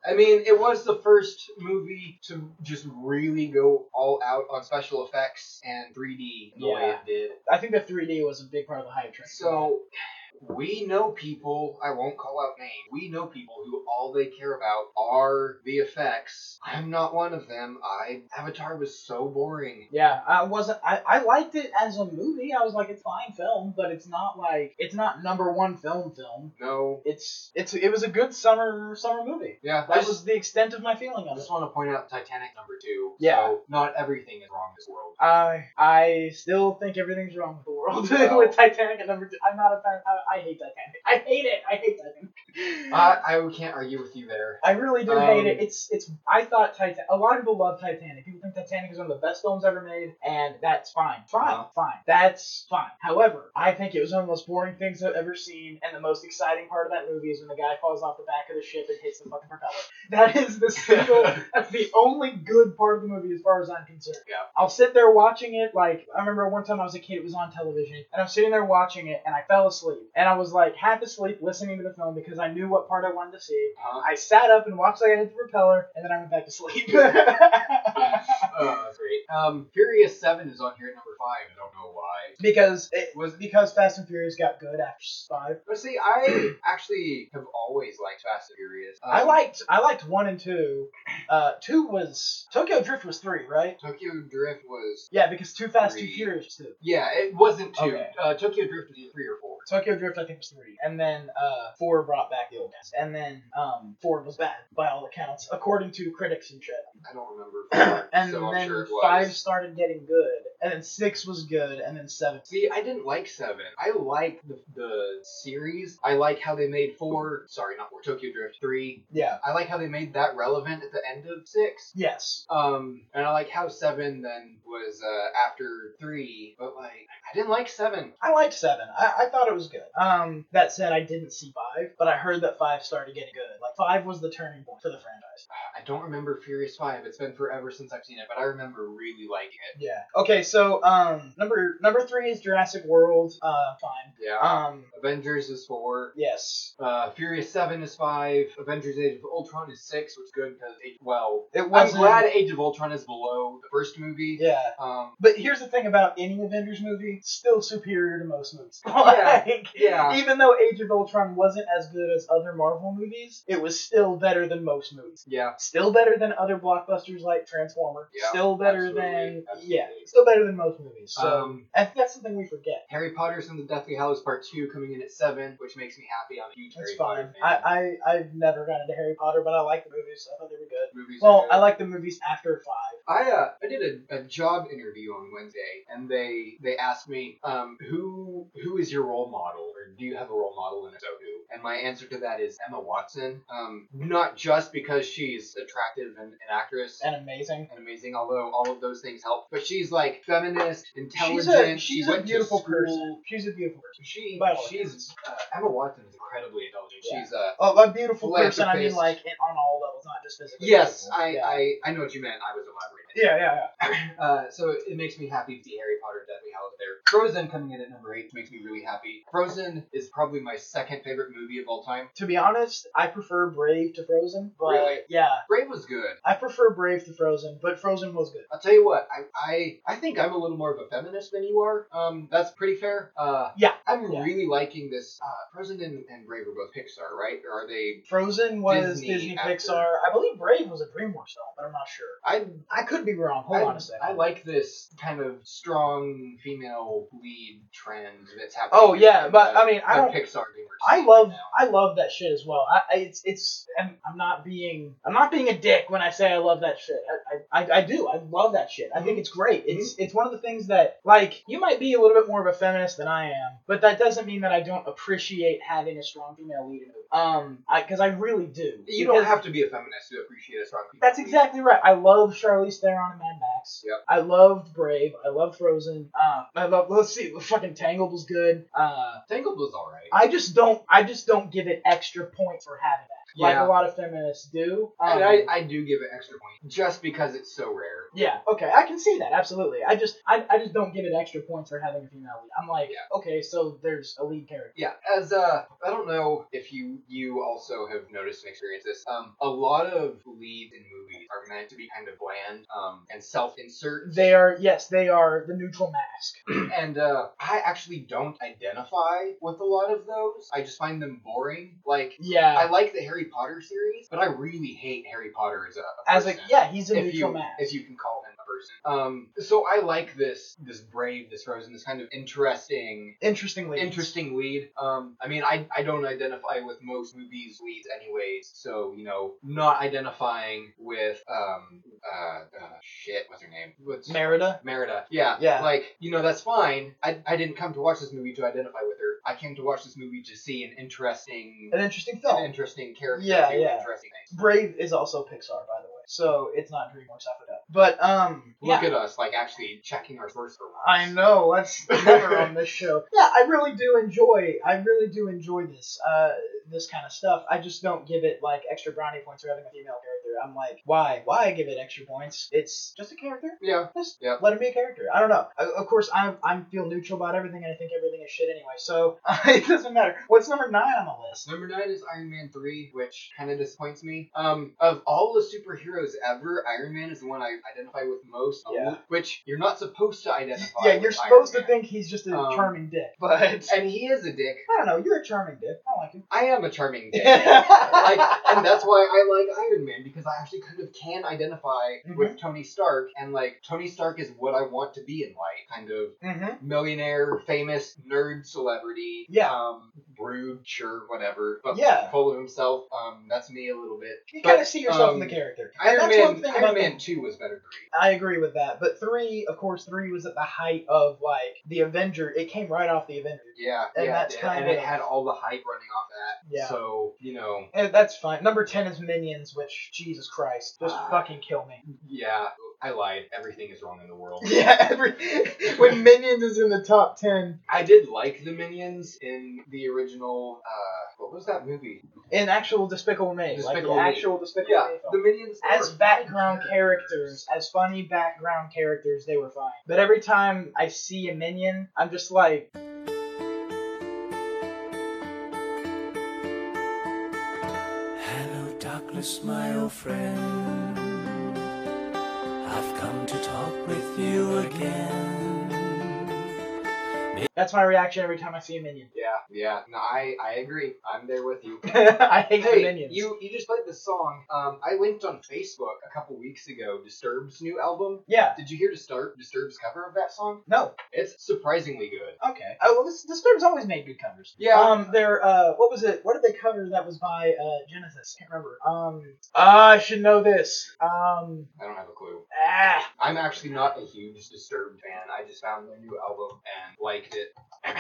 E: I mean, it was the first movie to just really go all out on special effects and 3D the way
A: Yeah.
E: it did.
A: I think the 3D was a big part of the hype train.
E: So we know people, I won't call out names, we know people who all they care about are the effects. I'm not one of them. I Avatar was so boring.
A: Yeah, I wasn't. I, I liked it as a movie. I was like, it's fine film, but it's not like it's not number one film film.
E: No.
A: It's it's it was a good summer summer movie.
E: Yeah, I
A: That
E: just,
A: was the extent of my feeling
E: I
A: of it.
E: just want to point out Titanic number two.
A: Yeah.
E: So not everything is wrong in this world.
A: I I still think everything's wrong with the world *laughs*
E: Wow.
A: with Titanic at number two. I'm not a fan. I, I hate Titanic. I hate it. I hate Titanic.
E: I, I can't argue with you there. *laughs*
A: I really do
E: Um,
A: hate it. It's it's. I thought Titan. A lot of people love Titanic. People think Titanic is one of the best films ever made, and that's fine, fine,
E: Uh-huh.
A: fine. That's fine. However, I think it was one of the most boring things I've ever seen, and the most exciting part of that movie is when the guy falls off the back of the ship and hits the fucking propeller. *laughs* That is the single.
E: *laughs*
A: that's the only good part of the movie, as far as I'm concerned.
E: Yeah.
A: I'll sit there watching it. Like I remember one time I was a kid, it was on television, and I'm sitting there watching it, and I fell asleep, and I was like half asleep listening to the film because I knew what part I wanted to see.
E: Huh?
A: I sat up and watched like I hit the propeller, and then I went back to sleep. *laughs*
E: Oh, that's great. Um, Furious Seven is on here at number five. I don't know why.
A: because it was because Fast and Furious got good after five.
E: But see,
A: *clears throat*
E: I actually have always liked Fast and Furious. Um,
A: I liked I liked one and two. Uh, two was Tokyo Drift was three, right?
E: Tokyo Drift was
A: Yeah, because Too Fast, Too
E: Three.
A: Furious was two.
E: yeah, it wasn't two.
A: Okay.
E: Uh, Tokyo Drift was either three or four.
A: Tokyo Drift, I think, was three, and then uh, four brought back the old cast, and then um, four was bad by all accounts, according to critics and shit.
E: I don't remember. Four,
A: *clears throat* And
E: so
A: then
E: I'm sure it was.
A: five started getting good, and then six was good, and then seven.
E: See, I didn't like seven. I liked the, the series. I like how they made four. Sorry, not four. Tokyo Drift three.
A: Yeah.
E: I like how they made that relevant at the end of six.
A: Yes.
E: Um, and I like how seven then was uh, after three, but like I didn't like seven.
A: I liked seven. I, I thought it was good. Um, that said, I didn't see five, but I heard that five started getting good. Like five was the turning point for the franchise.
E: I don't remember Furious Five. It's been forever since I've seen it, but I remember really liking it.
A: Yeah. Okay, so um, number number three is Jurassic World. Uh, fine.
E: Yeah.
A: Um,
E: Avengers is four.
A: yes.
E: Uh, Furious Seven is five. Avengers: Age of Ultron is six, which is good because well,
A: It
E: I'm
A: wasn't-
E: glad Age of Ultron is below the first movie.
A: Yeah.
E: Um,
A: But here's the thing about any Avengers movie, still superior to most movies. *laughs* Like,
E: yeah.
A: Even though Age of Ultron wasn't as good as other Marvel movies, it was still better than most movies.
E: yeah.
A: Still better than other blockbusters like Transformer.
E: Yeah,
A: still better than
E: absolutely,
A: yeah.
E: absolutely.
A: Still better than most movies. So
E: Um,
A: I think that's something we forget.
E: Harry Potter's and the Deathly Hallows Part Two coming in at seven, which makes me happy. I'm a huge
A: That's
E: Harry
A: fine.
E: Potter fan.
A: I, I I've never gotten into Harry Potter, but I like the movies. I thought they were good.
E: Movies are
A: Well,
E: good.
A: I like the movies after five.
E: I uh, I did a, a job interview on Wednesday, and they they asked me um, who who is your role model, or do you have a role model, and if so who? And my answer to that is Emma Watson. Um, not just because she's attractive and an actress.
A: And amazing.
E: and amazing, although all of those things help. But she's like feminist,
A: She's a
E: intelligent. she
A: she's a
E: went to
A: beautiful
E: school.
A: person. She's a beautiful person.
E: She
A: By all
E: she's uh, Emma Watson is incredibly intelligent.
A: Yeah.
E: She's uh
A: Oh, a beautiful
E: Philanthropist.
A: person. I mean, like it, on all levels, not just physically.
E: yes,
A: beautiful.
E: I,
A: yeah.
E: I I know what you meant. I was elaborating.
A: Yeah, yeah, yeah.
E: Uh, so it, it makes me happy to see Harry Potter, and Deathly Hallows there. Frozen coming in at number eight makes me really happy. Frozen is probably my second favorite movie of all time.
A: To be honest, I prefer Brave to Frozen, but
E: Really?
A: yeah,
E: Brave was good.
A: I prefer Brave to Frozen, but Frozen was good.
E: I'll tell you what, I, I I think I'm a little more of a feminist than you are. Um, that's pretty fair. Uh,
A: Yeah.
E: I'm
A: Yeah.
E: really liking this. Uh, Frozen and, and Brave are both Pixar, right? Or are they?
A: Frozen was
E: Disney
A: Disney,
E: after-
A: Pixar. I believe Brave was a DreamWorks film, but I'm not sure.
E: I
A: I could be wrong. Hold
E: I,
A: on a second.
E: I like this kind of strong female lead trend that's happening.
A: Oh, yeah,
E: in
A: but,
E: the-
A: I mean, I
E: the
A: don't-
E: Pixar. DreamWorks
A: I
E: scene
A: love
E: now.
A: I love that shit as well. I, I it's it's and I'm not being I'm not being a dick when I say I love that shit. I I, I, I do. I love that shit. I think it's great. It's
E: Mm-hmm.
A: it's one of the things that like you might be a little bit more of a feminist than I am, but that doesn't mean that I don't appreciate having a strong female lead in a movie. Um, I because I really do.
E: You don't
A: Because-
E: have to be a feminist to appreciate a strong. female
A: That's
E: lead.
A: exactly right. I love Charlize Theron and Mad Max.
E: Yep.
A: I loved Brave. I love Frozen. Um, I love. Let's see. Fucking Tangled was good. Uh,
E: Tangled was all right.
A: I just don't. I just don't give it extra points for having that, like
E: Yeah.
A: a lot of feminists do. Um,
E: and I, I do give it extra point just because it's so rare.
A: yeah. Okay. I can see that. Absolutely. I just. I, I just don't give it extra points for having a female lead. I'm like,
E: Yeah.
A: okay, so there's a lead character.
E: Yeah, as uh, I don't know if you you also have noticed and experienced this. Um, a lot of leads in movies are meant to be kind of bland, um, and self-insert.
A: They are. Yes, they are the neutral
E: *clears throat*
A: mask.
E: and uh, I actually don't identify with a lot of those. I just find them boring. Like I
A: Yeah.
E: like the Harry Potter series, but I really hate Harry Potter as a, a
A: As
E: person.
A: a yeah, he's a
E: If
A: neutral
E: you
A: mask.
E: if you can call him a person. Um, so I like this this brave, this frozen, this kind of interesting,
A: Interestingly,
E: interesting lead. Um, I mean, I I don't identify with most movies leads anyways, so you know, not identifying with um uh, uh shit, what's her name? What's
A: Merida.
E: Merida. Yeah.
A: Yeah.
E: Like, you know, that's fine. I, I didn't come to watch this movie to identify with her. I came to watch this movie to see an interesting
A: An interesting
E: an
A: film.
E: interesting character
A: Yeah,
E: do
A: yeah.
E: interesting things.
A: Brave is also Pixar, by the way, so it's not DreamWorks. I forgot. But um,
E: Look
A: yeah,
E: at us, like actually checking our source for once.
A: I know
E: *laughs*
A: that's never on this show. Yeah, I really do enjoy. I really do enjoy this. Uh, this kind of stuff. I just don't give it like extra brownie points for having a female character. I'm like, why? Why give it extra points? It's just a character.
E: Yeah.
A: Just
E: Yep.
A: let him be a character. I don't know. I, of course, I I feel neutral about everything, and I think everything is shit anyway. So *laughs* it doesn't matter. What's number nine on the list?
E: Number nine is Iron Man 3, which kind of disappoints me. Um, of all the superheroes ever, Iron Man is the one I identify with most.
A: Yeah.
E: Which you're not supposed to identify
A: *laughs* Yeah,
E: with
A: you're
E: Iron
A: supposed to
E: Man.
A: think he's just a
E: Um,
A: charming dick. *laughs*
E: *laughs* But, and he is a dick.
A: I don't know. You're a charming dick. I like him.
E: I am a
A: *laughs*
E: charming dick. like,
A: like,
E: and that's why I like Iron Man because I actually kind of can identify
A: Mm-hmm.
E: with Tony Stark, and like Tony Stark is what I want to be in life, kind of
A: mm-hmm.
E: millionaire, famous nerd celebrity.
A: Yeah.
E: um, rude, sure, whatever, but
A: Yeah.
E: full of himself. Um, that's me a little bit.
A: You
E: But,
A: kind of see yourself in the
E: um,
A: character.
E: Iron
A: That's
E: Man,
A: one thing
E: Iron
A: about
E: Man
A: the-
E: Two was better. for me.
A: I agree with that. But three, of course, three was at the height of like the Avenger. It came right off the Avenger.
E: Yeah,
A: And
E: yeah,
A: that's
E: it did.
A: kind
E: and it
A: of-
E: had all the hype running off that.
A: Yeah.
E: So you know,
A: And that's fine. Number ten is Minions, which Jesus Christ, just
E: Ah.
A: fucking kill me.
E: *laughs* yeah, I lied. Everything is wrong in the world.
A: *laughs* Yeah, every when Minions is in the top ten,
E: I did like the Minions in the original. Uh, what was that movie?
A: in actual Despicable Me,
E: Despicable Me.
A: like the actual Despicable
E: Yeah,
A: Me film.
E: the Minions
A: as
E: were
A: background
E: fun
A: characters, as funny background characters, they were fine. But every time I see a minion, I'm just like,
F: Hello, darkness, my old friend. I've come to talk with you again.
A: that's my reaction every time I see a minion. *laughs*
E: Yeah, yeah. No, I I agree. I'm there with you.
A: I hate the
E: Hey,
A: minions.
E: you you just played this song. Um, I linked on Facebook a couple weeks ago. Disturb's new album.
A: Yeah.
E: Did you hear Disturb Disturb's cover of that song?
A: No.
E: It's surprisingly good.
A: Okay. Oh, well, this Disturbed's always made good covers.
E: Yeah.
A: Um, their uh, what was it? What did they cover that was by uh Genesis? Can't remember. Um, ah, I should know this. Um,
E: I don't have a clue.
A: ah,
E: I'm actually not a huge Disturbed fan. I just found their new album and liked it. *clears throat*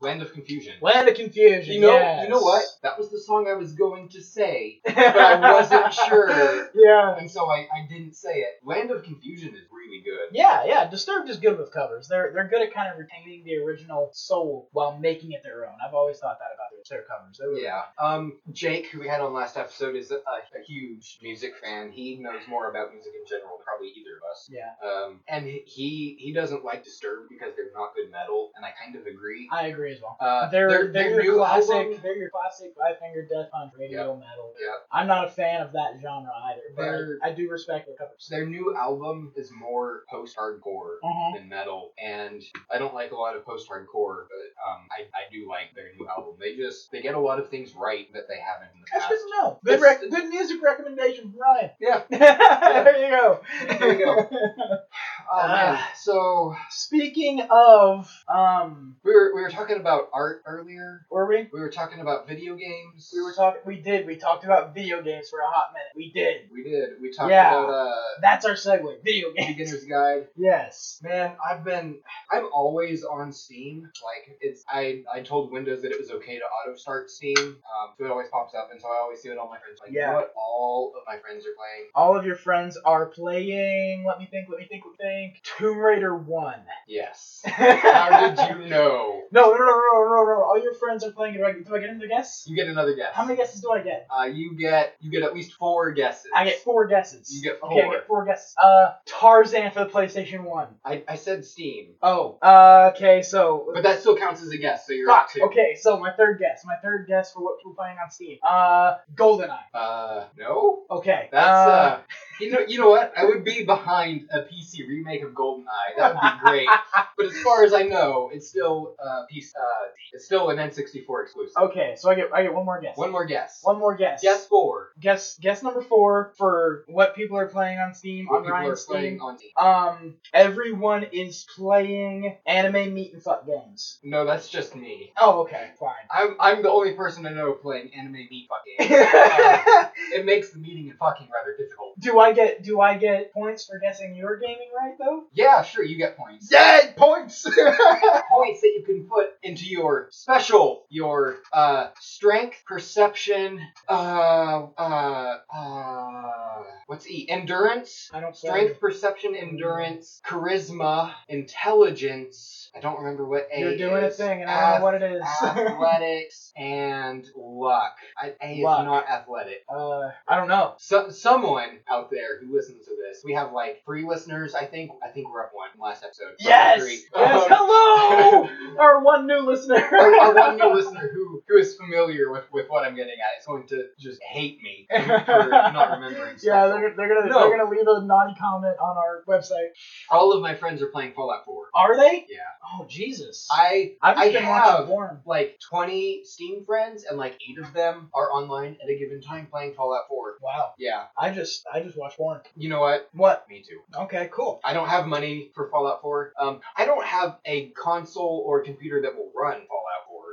E: Land of Confusion.
A: land of confusion.
E: You know,
A: yes.
E: you know
A: *laughs*
E: what? That was the song I was going to say, but I
A: *laughs*
E: wasn't sure,
A: Yeah.
E: and so I, I didn't say it. Land of Confusion is really good.
A: Yeah, yeah. Disturbed is good with covers. They're they're good at kind of retaining the original soul while making it their own. I've always thought that about their, their covers. They're really-
E: Yeah. Um, Jake, who we had on last episode, is a, a, a huge music fan. He knows more about music in general than probably either of us.
A: Yeah.
E: Um, and he he doesn't like Disturbed because they're not good metal, and I kind of agree.
A: I agree as well.
E: Uh,
A: they're
E: their-
A: they're,
E: their
A: your
E: new
A: classic.
E: album-
A: They're your classic five finger death punch radio metal.
E: yeah.
A: I'm not a fan of that genre either, but
E: They're-
A: I do respect their covers.
E: Their new album is more post hardcore
A: Uh-huh.
E: than metal, and I don't like a lot of post hardcore, but um, I, I do like their new album. They just they get a lot of things right that they haven't in the
A: That's
E: past.
A: good to know. Good, rec- good music recommendation from Ryan.
E: Yeah.
A: *laughs* there you go.
E: There you go. *laughs* Oh man.
A: Ah.
E: So
A: Speaking of, um,
E: we were we were talking about art earlier.
A: were we?
E: We were talking about video games.
A: We were talking. We did. We talked about video games for a hot minute. We did.
E: We did. We talked
A: Yeah.
E: about uh,
A: That's our segue. Video games.
E: beginner's guide.
A: Yes.
E: Man, I've been I'm always on Steam. Like it's I I told Windows that it was okay to auto start Steam, um, so it always pops up, and so I always see what all my friends playing.
A: Yeah.
E: What all of my friends are playing.
A: All of your friends are playing. Let me think. Let me think. Let me think. Tomb Raider One. *laughs*
E: Yes. How did you know?
A: No, no, no, no, no, no. All your friends are playing. Do I, do I get another guess?
E: You get another guess.
A: How many guesses do I get?
E: Uh, you get you get at least four guesses.
A: I get four guesses.
E: You get
A: Okay, I
E: four.
A: get four guesses. Uh, Tarzan for the PlayStation One.
E: I, I said Steam,
A: Oh. Uh, okay, so.
E: but that still counts as a guess. So you're
A: Fuck.
E: at two.
A: Okay, so my third guess. My third guess for what people are playing on Steam. Uh, Goldeneye.
E: Uh, no.
A: Okay.
E: That's uh, You know, you know what? I would be behind a PC remake of GoldenEye. That would be
A: *laughs*
E: great. but as far as I know, it's still uh, PC, uh, it's still an N64 exclusive.
A: Okay, so I get I get one more guess.
E: uh, One more guess.
A: One more guess.
E: guess four.
A: Guess guess number four for what people are playing on Steam
E: What
A: on
E: people are
A: Ryan's
E: playing
A: Steam.
E: on Steam.
A: Um, everyone is playing anime meat and fuck games.
E: No, that's just me.
A: Oh, okay,
E: *laughs*
A: fine.
E: I'm I'm the only person I know playing anime
A: *laughs*
E: meat fucking. Uh,
A: do
E: it makes the meeting and fucking rather difficult.
A: I get do I get points for guessing your gaming right though?
E: Yeah, sure, you get points.
A: Yay, points!
E: points that you can put into your special, your uh, strength, perception, uh, uh, uh, what's E? Endurance?
A: I don't play.
E: Strength, perception, endurance, charisma, intelligence. I don't remember what A
A: You're doing a
E: is.
A: thing, and I don't know what it is. *laughs*
E: Ath- Athletics and luck. I, a is
A: Luck.
E: not athletic.
A: uh, I don't know.
E: So, someone out there who listens to this, we have like three listeners. I think I think we're up one from last episode.
A: Yes.
E: Three. Oh,
A: Yes. Hello, Um, *laughs* our one new
E: *laughs*
A: listener. *laughs*
E: our, our one new listener who, who is familiar with, with what I'm getting at is going to just hate me for not remembering stuff.
A: *laughs* Yeah, they're, they're gonna
E: No.
A: they're gonna leave a naughty comment on our website.
E: All of my friends are playing Fallout 4.
A: Are they?
E: Yeah.
A: Oh Jesus!
E: I
A: I've just
E: I
A: been
E: have
A: watching porn.
E: like 20 Steam friends, and like eight of them are online at a given time playing Fallout 4.
A: Wow.
E: Yeah,
A: I just I just watch porn.
E: you know what?
A: What?
E: Me too.
A: Okay, cool.
E: I don't have money for Fallout 4. Um, I don't have a console or computer that will run Fallout 4.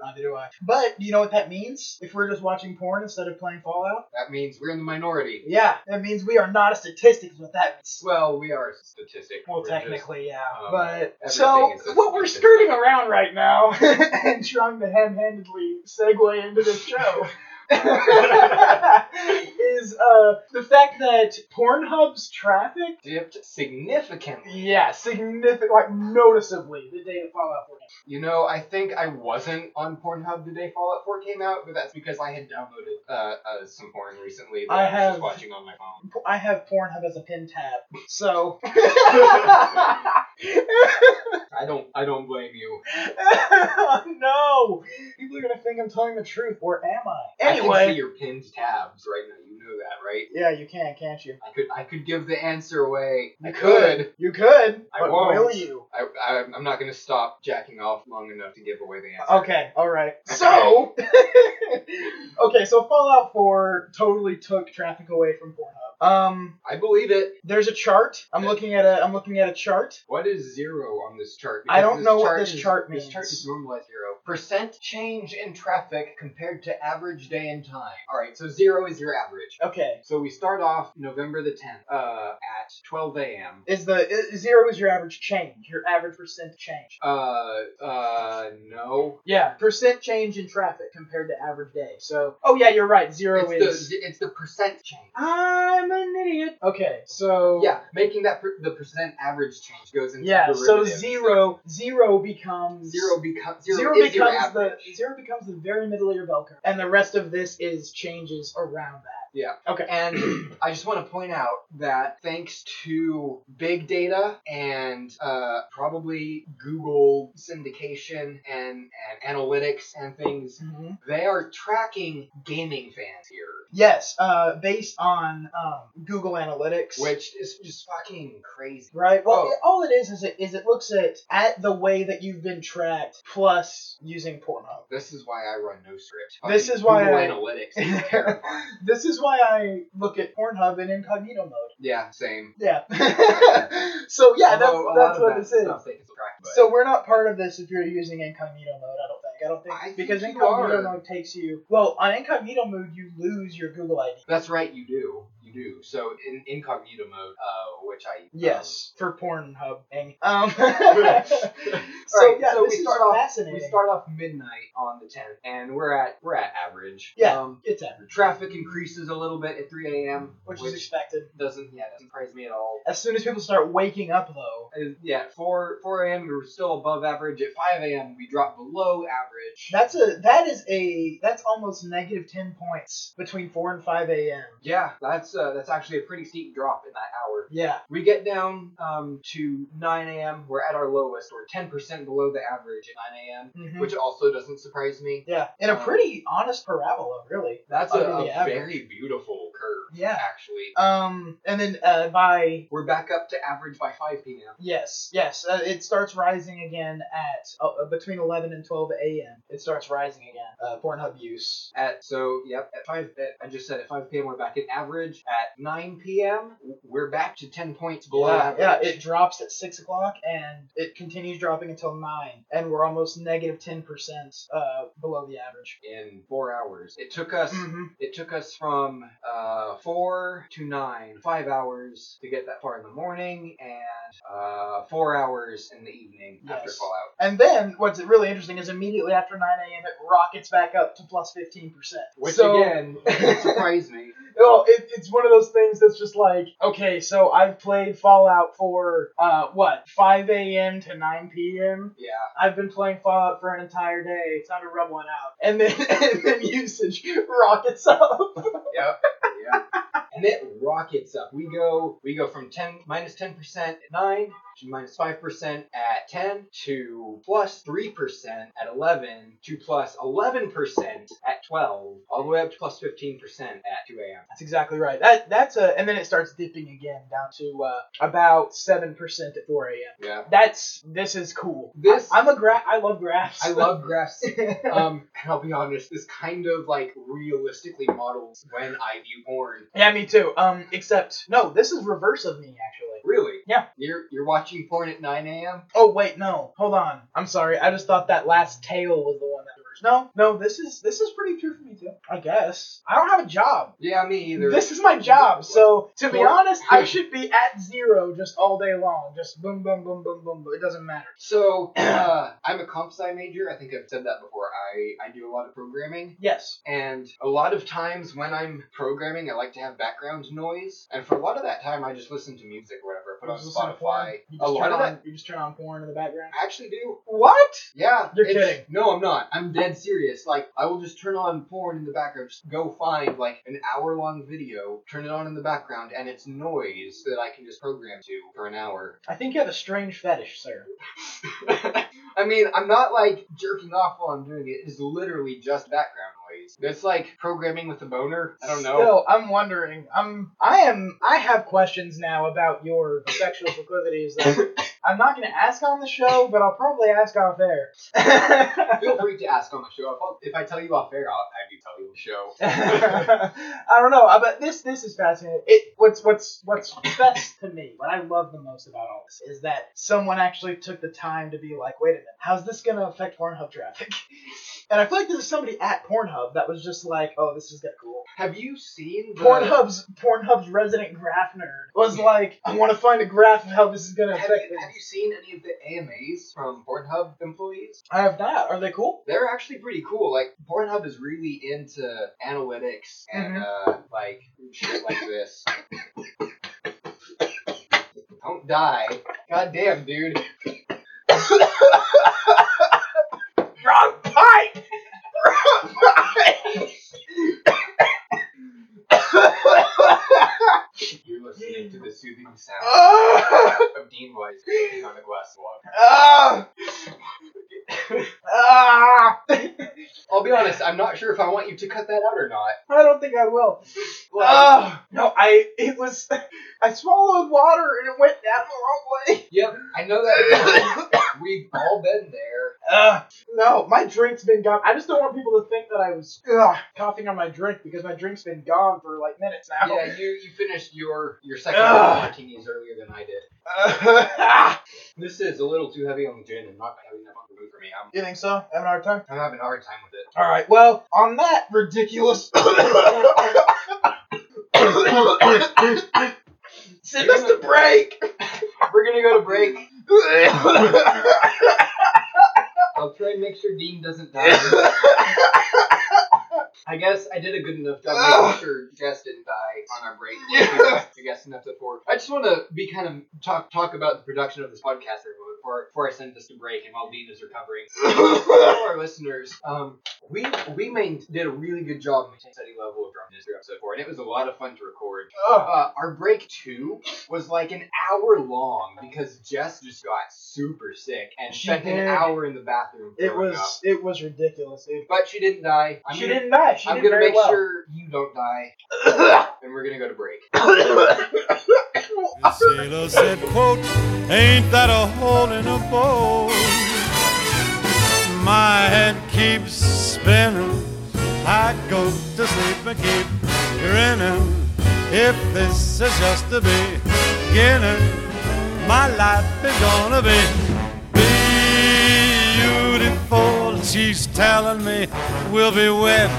A: Neither do I. But you know what that means? If we're just watching porn instead of playing Fallout?
E: That means we're in the minority.
A: Yeah, that means we are not a statistic. Is what that means.
E: Well, we are a statistic.
A: Well,
E: We're just-
A: technically, yeah.
E: um,
A: but
E: everything
A: so
E: is a
A: what we're
E: statistic.
A: skirting around right now *laughs* and trying to ham-handedly segue into this show *laughs* is uh, the fact that Pornhub's traffic
E: dipped significantly.
A: Yeah, significant, like noticeably, the day the Fallout 4 came.
E: You know, I think I wasn't on Pornhub the day Fallout 4 came out, but that's because I had downloaded uh, uh, some porn recently that I,
A: I
E: was
A: have-
E: just watching on my phone.
A: I have Pornhub as a pin tab, so. *laughs*
E: I don't, I don't blame you. *laughs*
A: no! People are gonna think I'm telling the truth, or am I?
E: I can see
A: Anyway.
E: your pinned tabs right now. You know that, right?
A: Yeah, you can, can't you?
E: I could, I could give the answer away. I
A: You
E: could.
A: You could.
E: I
A: but
E: won't.
A: Will you?
E: I, I, I'm not gonna stop jacking off long enough to give away the answer.
A: Okay, alright. So. *laughs* okay, so Fallout 4 totally took traffic away from Pornhub. Um,
E: I believe it.
A: there's a chart. I'm looking at a. I'm looking at a chart.
E: What is zero on this chart?
A: I don't
E: this
A: know what this
E: is-
A: chart
E: This chart
A: means.
E: is normalized zero. Percent change in traffic compared to average day and time. All right, so zero is your average.
A: Okay.
E: So we start off November the 10th uh, at 12 a.m.
A: Is the i- zero is your average change, your average percent change?
E: Uh, uh, no.
A: Yeah, percent change in traffic compared to average day. So, oh yeah, you're right. Zero
E: It's
A: is.
E: the, it's the percent change.
A: I'm an idiot. Okay, so
E: Yeah, making that per, the percent average change goes into
A: yeah. So
E: derivatives.
A: zero, zero becomes
E: Zero, beco- zero,
A: zero
E: is your
A: becomes the
E: average.
A: zero becomes the very middle of your bell curve, and the rest of this is changes around that.
E: Yeah.
A: Okay.
E: And I just want to point out that thanks to big data and uh, probably Google syndication and, and analytics and things,
A: Mhm.
E: they are tracking gaming fans here,
A: Yes, uh, based on um, Google Analytics,
E: which is just fucking crazy.
A: Right. Well,
E: Oh.
A: it- all it is is it is it looks at at the way that you've been tracked plus using Pornhub. *laughs*
E: This is why I run no script.
A: This
E: Fucking
A: is why
E: Google
A: I-
E: analytics
A: *laughs*
E: is terrifying.
A: This is why I look at Pornhub in incognito mode.
E: yeah, same.
A: Yeah. *laughs* so yeah,
E: Although a lot
A: that's that's
E: of
A: what
E: that
A: this is.
E: stuff they can track, but-
A: So we're not part of this if you're using incognito mode. I don't think. I don't think
E: I think
A: because
E: you
A: incognito
E: are.
A: mode takes you. Well, on incognito mode, you lose your Google um, ID.
E: that's right, you do. You do. So in incognito mode, uh, which I um,
A: Yes, for Pornhub.
E: *laughs*
A: thing. Um. *laughs* so yeah,
E: Alright, so
A: this
E: we
A: is
E: start off-
A: fascinating.
E: We start off midnight on the 10th, and we're at we're at average.
A: Yeah.
E: Um,
A: it's average,
E: traffic increases a little bit at 3 a.m.,
A: which is expected.
E: doesn't yeah doesn't surprise me at all.
A: As soon as people start waking up, though,
E: Uh, yeah, 4 4 a.m. we were still above average. At 5 a.m. we dropped below average.
A: that's a that is a that's almost negative ten points between four and five a.m.
E: yeah, that's uh, that's actually a pretty steep drop in that hour.
A: Yeah,
E: We get down um, to 9 a.m. We're at our lowest. We're 10% below the average at 9 a.m.,
A: Mhm.
E: which also doesn't surprise me.
A: yeah, in a
E: Um,
A: pretty honest parabola, really.
E: That's
A: Under
E: a,
A: the
E: a
A: average.
E: very beautiful curve.
A: Yeah.
E: actually.
A: Um, and then uh, by
E: We're back up to average by 5p now.
A: Yes, yes. Uh, it starts rising again at uh, between 11 and 12 a.m. It starts rising again. Uh, Pornhub use.
E: At so yep at five at, I just said at five p.m. we're back at average. At nine p.m. we're back to ten points below
A: yeah,
E: average.
A: Uh, yeah, it drops at six o'clock and it continues dropping until nine, and we're almost negative ten percent uh, below the average.
E: in four hours. It took us
A: Mhm.
E: it took us from uh, four to nine, five hours to get that far in the morning, and uh, four hours in the evening after
A: Yes.
E: Fallout.
A: And then what's really interesting is immediately after 9 a.m. it rockets back up to plus 15 percent.
E: Which
A: so, *laughs*
E: again it surprised me.
A: No, it, it's one of those things that's just like, okay, so I've played Fallout for uh, what 5 a.m. to 9 p.m.
E: *laughs* Yeah,
A: I've been playing Fallout for an entire day. It's time to rub one out. And then *laughs* and then usage rockets up.
E: yeah. and it rockets up. We go we go from ten minus ten percent at nine to minus five percent at ten to plus three percent at eleven to plus eleven percent at twelve, all the way up to plus fifteen percent at two a.m.
A: That's exactly right. That that's a and then it starts dipping again down to uh, about seven percent at 4 a.m.
E: Yeah.
A: That's this is cool.
E: This-
A: I, am a graph. I love graphs.
E: I love *laughs* graphs. um, and I'll be honest, this kind of like realistically models when I view porn.
A: *laughs* yeah, me too. Um, except no, this is reverse of me actually.
E: Really?
A: Yeah.
E: You're you're watching porn at 9 a.m.
A: Oh wait, no. Hold on. I'm sorry. I just thought that last tail was the one that reversed. No, no. This is this is pretty true for me too. I guess I don't have a job.
E: Yeah, me either.
A: This is my job. So to be
E: Or-
A: honest, I should be at zero just all day long. Just boom, boom, boom, boom, boom. boom. It doesn't matter.
E: so *clears throat* uh, I'm a comp sci major. I think I've said that before. I I do a lot of programming.
A: Yes.
E: And a lot of times when I'm programming, I like to have background noise. And for a lot of that time, I just listen to music or whatever. I put on
A: Just listen to porn.
E: Spotify. Oh,
A: You
E: A
A: just
E: lot
A: turn
E: of
A: on,
E: that.
A: You just turn on porn in the background.
E: I actually do.
A: What?
E: Yeah.
A: You're
E: it's-
A: kidding.
E: No, I'm not. I'm dead serious. Like, I will just turn on porn in the background. Just go find, like, an hour long video, turn it on in the background, and it's noise that I can just program to for an hour.
A: I think you have a strange fetish, sir.
E: *laughs* I mean, I'm not, like, jerking off while I'm doing it. It is literally just background noise. It's like programming with a boner. I don't know.
A: Still, I'm wondering. I'm. I am. I have questions now about your sexual proclivities.
E: *laughs*
A: That I'm not going to ask on the show, but I'll probably ask off air. *laughs*
E: Feel free to ask on the show. If, I'll- if I tell you off air, I'll, I do tell you on the show.
A: I don't know, uh, but this this is fascinating. It what's what's what's best to me, what I love the most about all this is that someone actually took the time to be like, wait a minute, how's this gonna affect Pornhub traffic? *laughs* And I feel like there's somebody at Pornhub that was just like, oh, this is gonna cool.
E: Have you seen the.
A: Pornhub's Pornhub's resident graph nerd was like, I want to find a graph of how this is gonna
E: Have
A: affect
E: you, have
A: things.
E: you seen any of the AMAs from Pornhub employees?
A: I have not. Are they cool?
E: they're actually pretty cool. Like Pornhub is really into analytics and uh, like shit like this. *coughs* Don't die, goddamn dude.
A: Wrong pipe.
E: You're listening to the soothing sound
A: *laughs* Ah!
E: of Dean Weiss drinking on a glass of water.
A: Ah! Ah!
E: I'll be honest, I'm not sure if I want you to cut that out or not.
A: I don't think I will.
E: Like,
A: Ah! no, I it was I swallowed water and it went down the wrong way.
E: yep, I know that *coughs* we've all been there.
A: Ugh. No, my drink's been gone. I just don't want people to think that I was ugh, coughing on my drink because my drink's been gone for like minutes now.
E: Yeah, you you finished your your second
A: Ugh.
E: round of martinis earlier than I did.
A: Ah!
E: This is a little too heavy on the gin and not heavy enough on the food for me. I'm
A: *laughs* you think so? Having a hard time?
E: I'm having a hard time with it.
A: All right. Well, on that ridiculous. *coughs* Send us to break. *laughs*
E: We're gonna go to break. I'll try and make sure Dean doesn't die. I guess I did a good enough job making sure Jess didn't die on our break. I guess enough to four. I just want to be kind of talk talk about the production of this podcast for a moment before, before I send this to break and while Dean is recovering. For all our listeners, um, we we main, did a really good job maintaining steady level of drum this through episode four, and it was a lot of fun to record. Uh, our break two was like an hour long because Jess just got super sick and
A: She
E: spent
A: did.
E: an hour in the bathroom.
A: It
E: throwing
A: was
E: up.
A: it was ridiculous, dude.
E: but she didn't die. I'm
A: she
E: gonna,
A: didn't die. She
E: I'm
A: did
E: gonna
A: very
E: make
A: well.
E: sure you don't
A: *coughs*
E: die, and we're gonna go to break.
C: The sailor said, quote, ain't that a hole in a boat? My head keeps spinning. I'd go to sleep and keep grinning. If this is just the beginning, my life is gonna be beautiful. She's telling me we'll be wed.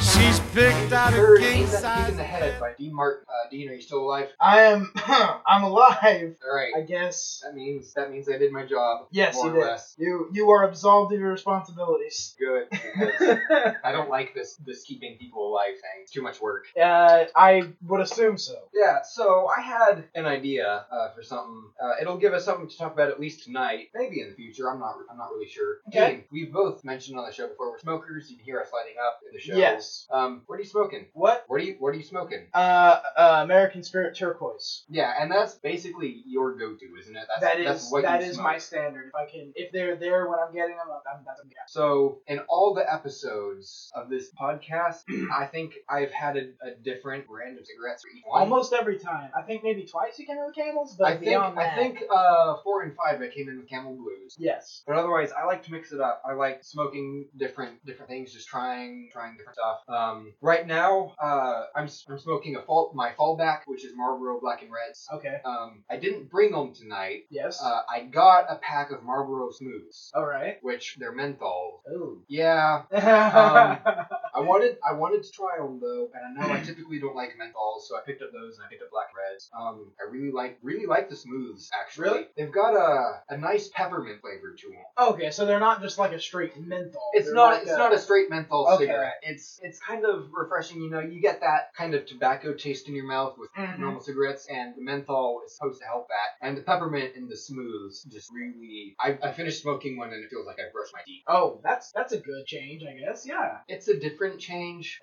C: She's picked out a
E: Third,
C: king
E: ain't that
C: size.
E: in the head by Dean Martin. Uh, Dean, are you still alive?
A: I am *clears throat* I'm alive.
E: All right.
A: I guess.
E: That means that means I did my job.
A: Yes,
E: more
A: you
E: or
A: did.
E: less.
A: You you are absolved of your
E: *laughs*
A: responsibilities.
E: Good. because I don't like this this keeping people alive thing. It's too much work.
A: Uh, I would assume so.
E: Yeah, so I had an idea uh, for something. Uh, it'll give us something to talk about at least tonight, maybe in the future. I'm not. I'm not really sure.
A: Okay.
E: Dean, we've both mentioned on the show before we're smokers. You can hear us lighting up in the show.
A: Yes.
E: Um, what are you smoking?
A: What?
E: What are you What are you smoking?
A: Uh, uh, American Spirit Turquoise.
E: Yeah, and that's basically your go-to, isn't it? That's,
A: That is
E: that's what
A: that
E: you
A: is
E: smoke.
A: my standard. If I can, if they're there when I'm getting them, I'm, that's yeah.
E: So, in all the episodes of this podcast, *clears throat* I think I've had a, a different brand of cigarettes for each one.
A: Almost every time. I think maybe twice you came in with Camels, but
E: I think
A: beyond
E: I
A: that-
E: think uh, four and five I came in with Camel Blues.
A: yes.
E: But otherwise, I like to mix it up. I like smoking different different things, just trying trying different stuff. Um, right now, uh, I'm, s- I'm smoking a fall, my fallback, which is Marlboro Black and Reds.
A: Okay.
E: Um, I didn't bring them tonight.
A: Yes.
E: Uh, I got a pack of Marlboro Smooths,
A: All right.
E: which they're menthol.
A: Ooh.
E: Yeah, Um, I wanted I wanted to try them though, and I know I typically don't like menthols, so I picked up those and I picked up black reds. Um, I really like really like the smooths actually.
A: Really?
E: They've got a a nice peppermint flavor to them.
A: *laughs* okay, so they're not just like a straight menthol.
E: It's
A: They're
E: not
A: like
E: it's not a straight menthol
A: Okay.
E: cigarette. It's it's kind of refreshing. You know, you get that kind of tobacco taste in your mouth with
A: Mhm.
E: normal cigarettes, and the menthol is supposed to help that. And the peppermint in the smooths just really. I, I finished smoking one and it feels like I brushed my teeth.
A: Oh, that's that's a good change, I guess. Yeah.
E: It's a
A: *laughs*
E: different change.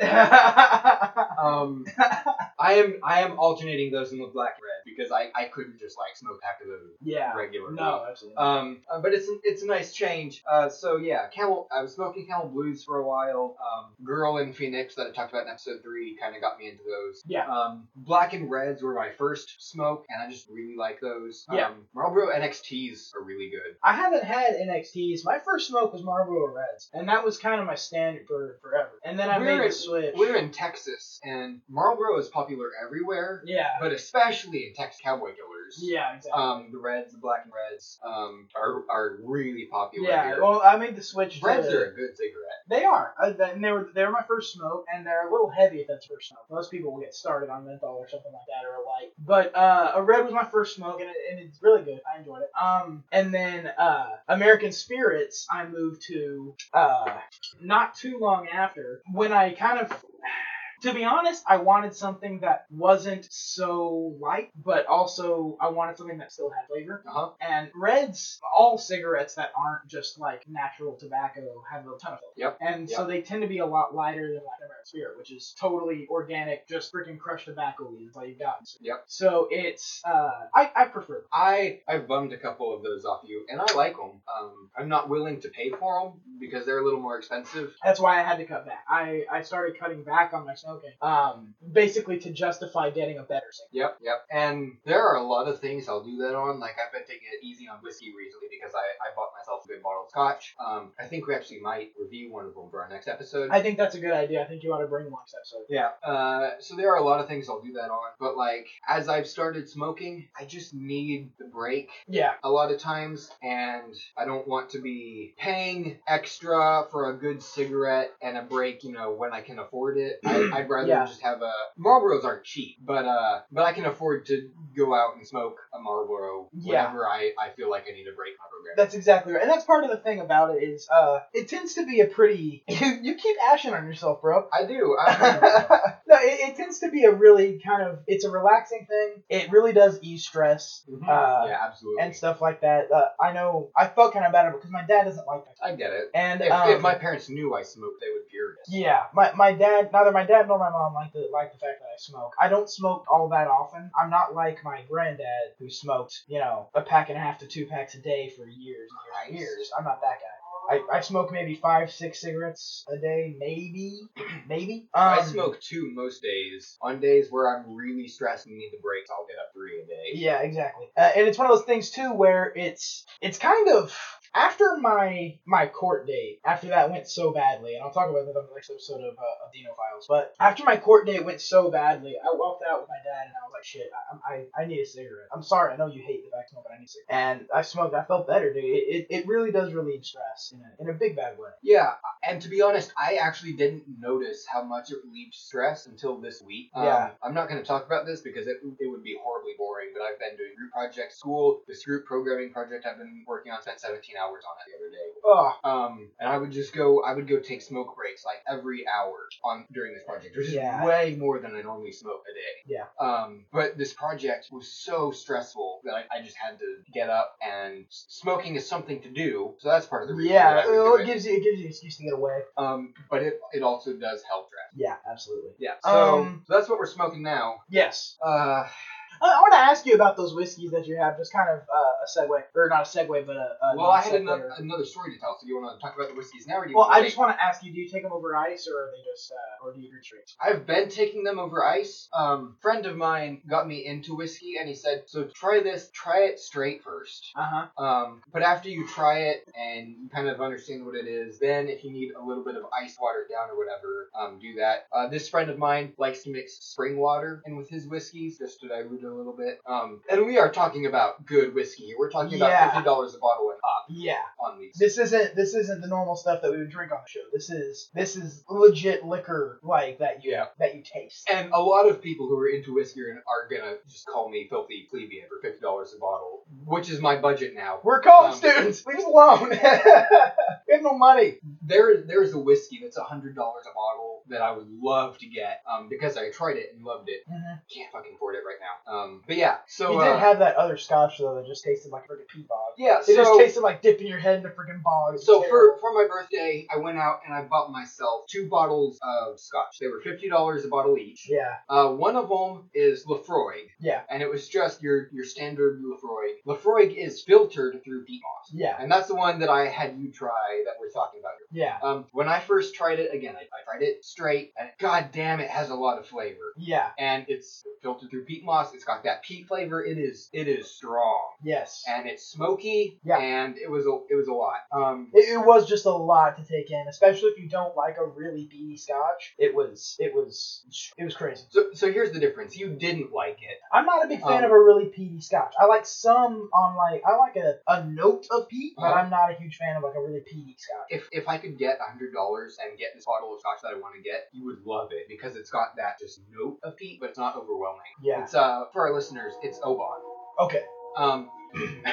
E: Um, I am I am alternating those in the black red because I, I couldn't just like smoke after those
A: yeah.
E: regularly.
A: No, absolutely. not.
E: Um, uh, but it's it's a nice change. Uh, so yeah, camel. I was smoking camel blues for a while. Um, Girl in Phoenix that I talked about in episode three kind of got me into those.
A: Yeah.
E: Um, black and reds were my first smoke, and I just really like those.
A: Yeah.
E: Um, Marlboro NXTs are really good.
A: I haven't had NXTs. My first smoke was Marlboro Reds, and that was kind of my standard for forever. And then I
E: We're
A: made
E: in-
A: the switch.
E: We're in Texas, and Marlboro is popular everywhere,
A: yeah.
E: but especially in Texas Cowboy Killers.
A: Yeah. Exactly.
E: Um, the reds, the black and reds, um, are, are really popular.
A: yeah. oh,
E: here.
A: Well, I made the switch.
E: reds
A: to,
E: are a good cigarette.
A: They are. Uh, th- and they were they were my first smoke, and they're a little heavy if that's first smoke. Most people will get started on menthol or something like that, or a light. But uh, a red was my first smoke, and, it, and it's really good. I enjoyed it. Um, and then uh, American Spirits, I moved to uh, not too long after when I kind of. To be honest, I wanted something that wasn't so light, but also I wanted something that still had flavor.
E: Uh huh.
A: And reds, all cigarettes that aren't just like natural tobacco have a ton of flavor.
E: Yep.
A: And so
E: Yep.
A: they tend to be a lot lighter than like American Spirit, which is totally organic, just freaking crushed tobacco leaves all you've got.
E: Yep.
A: So it's uh, I I prefer. them.
E: I I've bummed a couple of those off you, and I like them. Um, I'm not willing to pay for them because they're a little more expensive.
A: That's why I had to cut back. I, I started cutting back on my smoking, um, basically to justify getting a better cigarette.
E: Yep, yep. And there are a lot of things I'll do that on. Like I've been taking it easy on whiskey recently because I, I bought myself a good bottle of scotch. Um, I think we actually might review one of them for our next episode.
A: I think that's a good idea. I think you ought to bring one next episode.
E: Yeah. Uh, so there are a lot of things I'll do that on, but like as I've started smoking, I just need the break
A: Yeah.
E: a lot of times, and I don't want to be paying extra for a good cigarette and a break, you know, when I can afford it.
A: *clears throat*
E: I, I'd rather
A: Yeah.
E: just have a Marlboros aren't cheap, but uh, but I can afford to go out and smoke a Marlboro
A: Yeah.
E: whenever I, I feel like I need a break my program.
A: That's exactly right. And that's part of the thing about it is *laughs* uh, it tends to be a pretty. You, you keep ashing on yourself, bro.
E: I do. I,
A: *laughs* No, it, it tends to be a really kind of it's a relaxing thing. It really does ease stress uh,
E: Mm-hmm. yeah, absolutely.
A: and stuff like that. Uh, I know I felt kind of bad because my dad doesn't like that.
E: I get it.
A: And
E: If,
A: um,
E: if my parents knew I smoked, they would be furious.
A: yeah, my, my dad neither my dad nor my mom like the like the fact that I smoke. I don't smoke all that often. I'm not like my granddad who smoked you know a pack and a half to two packs a day for years and years and
E: Nice.
A: years. I'm not that guy. I, I smoke maybe five six cigarettes a day, maybe *clears throat* maybe. Um,
E: I smoke two most days. On days where I'm really stressed and need the breaks, I'll get up three a day.
A: Yeah, exactly. Uh, and it's one of those things too where it's it's kind of after my my court date. After that went so badly, and I'll talk about that on the next episode of uh, of Dino Files. But after my court date went so badly, I walked out with my dad and I was like, "Shit, I I, I need a cigarette. I'm sorry, I know you hate the fact I smoke, but I need a cigarette." And I smoked. I felt better, dude. It, it, it really does relieve stress in a in a big bad way.
E: Yeah, and to be honest, I actually didn't notice how much it relieved stress until this week. Um,
A: Yeah.
E: I'm not going to talk about this because it, it would be horribly boring, but I've been doing group project school. This group programming project I've been working on spent 17 hours on it the other day.
A: Oh,
E: Um, and I would just go, I would go take smoke breaks like every hour on during this project, which is
A: Yeah.
E: way more than I normally smoke a day.
A: Yeah.
E: Um, but this project was so stressful that I, I just had to get up and s- smoking is something to do, so that's part of the reason.
A: yeah.
E: that I would
A: Well, it
E: do it.
A: gives you it gives you an excuse to get away.
E: Um, but it it also does help stress.
A: Yeah, absolutely.
E: Yeah. So,
A: Um,
E: so that's what we're smoking now.
A: Yes.
E: Uh,
A: I, I want to ask you about those whiskeys that you have. Just kind of uh, a segue, or not a segue, but a. a
E: well, I had
A: non-sequitur.
E: another, another story to tell. So you want to talk about the whiskeys now, or do you?
A: Well,
E: wanna
A: I
E: wait?
A: just want to ask you: Do you take them over ice, or are they just, uh, or do you retreat?
E: I've been taking them over ice. Um, friend of mine got me into whiskey, and he said, "So try this. Try it straight first.
A: Uh huh.
E: Um, but after you try it and you kind of understand what it is, then if you need a little bit of ice watered down or whatever, um, do that. Uh, this friend of mine likes to mix spring water in with his whiskeys just to dilute it a little bit. Um, and we are talking about good whiskey. We're talking about
A: Yeah.
E: fifty dollars a bottle and up
A: Yeah.
E: on these.
A: This isn't this isn't the normal stuff that we would drink on the show. This is this is legit liquor like that you
E: Yeah.
A: that you taste.
E: And a lot of people who are into whiskey are, are gonna just call me filthy plebeian for fifty dollars a bottle, which is my budget now.
A: We're college
E: Um,
A: students. Leave us alone. *laughs* we have no money.
E: There is there is a whiskey that's hundred dollars a bottle that I would love to get, um, because I tried it and loved it.
A: Mhm.
E: Can't fucking afford it right now. Um, but yeah, Mm-hmm. so
A: we did
E: uh,
A: have that other scotch though that just tasted like freaking pee bog.
E: yeah,
A: It
E: so
A: just tasted like dipping your head in a freaking bog. It was
E: so
A: terrible.
E: for for my birthday, I went out and I bought myself two bottles of scotch. They were fifty dollars a bottle each.
A: yeah
E: Uh, one of them is Lefroy,
A: yeah
E: and it was just your your standard Lefroy. Lefroy is filtered through peat moss.
A: yeah
E: And that's the one that I had you try that we're talking about here.
A: yeah
E: Um, when I first tried it, again, I, I tried it straight, and god damn, it has a lot of flavor.
A: yeah
E: And it's filtered through peat moss. It's got that peat flavor. It is it is strong,
A: yes.
E: and it's smoky.
A: Yeah.
E: And it was a it was a lot. Um,
A: It, it was just a lot to take in, especially if you don't like a really beady scotch. It was, it was, it was crazy.
E: so so here's the difference. You didn't like it.
A: I'm not a big fan
E: Um,
A: of a really peaty scotch. I like some on like, I like a, a note of peat, but
E: Uh-huh.
A: I'm not a huge fan of like a really peaty scotch.
E: If if I could get hundred dollars and get this bottle of scotch that I want to get, you would love it because it's got that just note of peat, but it's not overwhelming.
A: Yeah.
E: It's uh for our listeners, it's Oban.
A: Okay.
E: Um, *clears throat*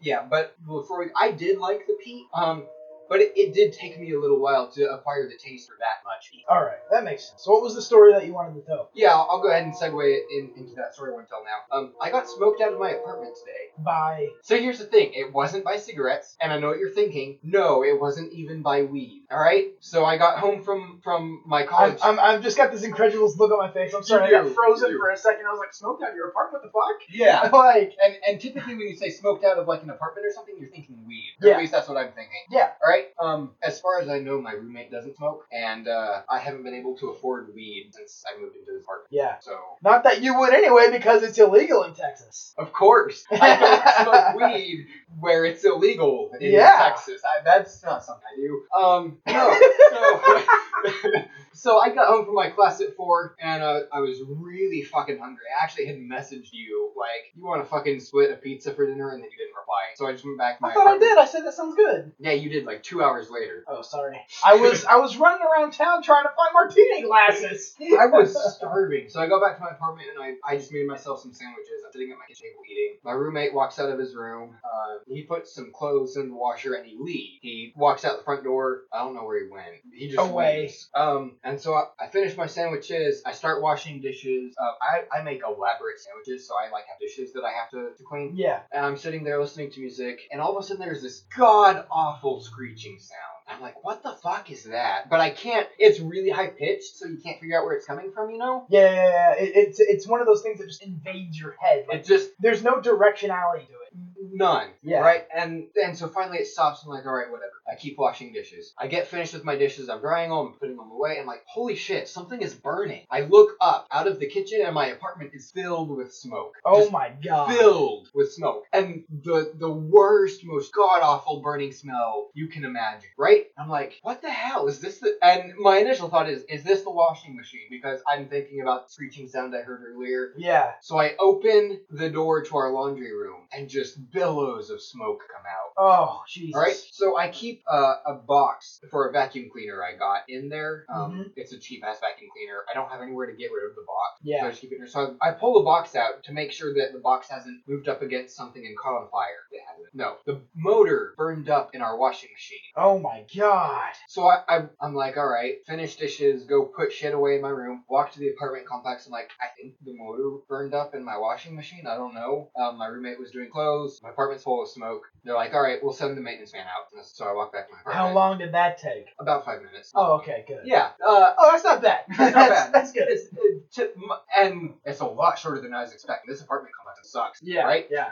E: yeah, but Lefroy, I did like the peat. Um, but it, it did take me a little while to acquire the taste for that much. peat.
A: All right. That makes sense. So what was the story that you wanted to tell?
E: Yeah, I'll, I'll go ahead and segue it in, into that story I want to tell now. Um, I got smoked out of my apartment today.
A: By,
E: So here's the thing: it wasn't by cigarettes, and I know what you're thinking. No, it wasn't even by weed. All right. So I got home from from my
A: I'm,
E: college.
A: I'm, I've just got this incredulous look on my face. I'm sorry.
E: You
A: I
E: do,
A: got frozen
E: you do.
A: for a second. I was like, smoked out of your apartment? What the
E: yeah.
A: fuck? *laughs* like,
E: And, and typically when you say smoked out of like an apartment or something, you're thinking weed. Or
A: Yeah.
E: At least that's what I'm thinking.
A: yeah.
E: All right. Um, as far as I know, my roommate doesn't smoke, and uh, I haven't been able to afford weed since I moved into this apartment.
A: Yeah.
E: So,
A: Not that you would anyway, because it's illegal in Texas.
E: of course, *laughs* I
A: *laughs*
E: don't smoke weed where it's illegal in
A: Yeah.
E: Texas. I, that's not something I do. Um,
A: *laughs*
E: no. So, *laughs* so I got home from my class at four, and uh, I was really fucking hungry. I actually had messaged you like, "You want to fucking split a pizza for dinner?" and then you didn't reply. So I just went back to my.
A: I thought I
E: apartment.
A: did. I said that sounds good.
E: Yeah, you did like two hours later.
A: Oh, sorry. I was I was running around town trying to find martini glasses.
E: I was starving. So I go back to my apartment and I, I just made myself some sandwiches. I'm sitting at my kitchen table eating. My roommate walks out of his room. Uh, he puts some clothes in the washer and he leaves. He walks out the front door. I don't know where he went. He just
A: Away.
E: case. Um, and so I, I finish my sandwiches. I start washing dishes. Uh, I, I make elaborate sandwiches, so I like have dishes that I have to, to clean.
A: *laughs* Yeah.
E: And I'm sitting there listening to music, and all of a sudden there's this god awful screeching sound. I'm like, what the fuck is that? But I can't. It's really high pitched, so you can't figure out where it's coming from. You know?
A: Yeah, yeah, yeah, yeah. It, it's it's one of those things that just invades your head. Like,
E: It just
A: there's no directionality to it.
E: None.
A: Yeah.
E: Right? And and so finally it stops. I'm like, all right, whatever. I keep washing dishes. I get finished with my dishes. I'm drying them, I'm putting them away. I'm like, holy shit, something is burning. I look up out of the kitchen and my apartment is filled with smoke.
A: Oh
E: Just
A: my god.
E: Filled with smoke. And the the worst, most god awful burning smell you can imagine. Right? I'm like, what the hell? Is this the and my initial thought is, is this the washing machine? Because I'm thinking about the screeching sound I heard earlier.
A: Yeah.
E: So I open the door to our laundry room and just billows of smoke come out.
A: Oh Jesus.
E: All right, so I keep uh, a box for a vacuum cleaner I got in there. Um,
A: Mm-hmm.
E: It's a cheap ass vacuum cleaner. I don't have anywhere to get rid of the box. So I
A: Yeah.
E: just keep it there. So I, I pull the box out to make sure that the box hasn't moved up against something and caught on fire. It hasn't. No, the motor burned up in our washing machine.
A: Oh my god.
E: So I, I, I'm like, all right, finish dishes, go put shit away in my room, walk to the apartment complex. I'm like, I think the motor burned up in my washing machine. I don't know. Um, my roommate was doing clothes. My apartment's full of smoke. They're like, all right, we'll send the maintenance man out. And So I walk back to my apartment.
A: How long did that take?
E: About five minutes.
A: Oh, okay, good.
E: Yeah.
A: *laughs*
E: Uh,
A: Oh, that's not bad.
E: That's not bad.
A: That's good.
E: it's, it, to, m- and it's a lot shorter than I was expecting. This apartment complex sucks.
A: Yeah.
E: Right?
A: Yeah.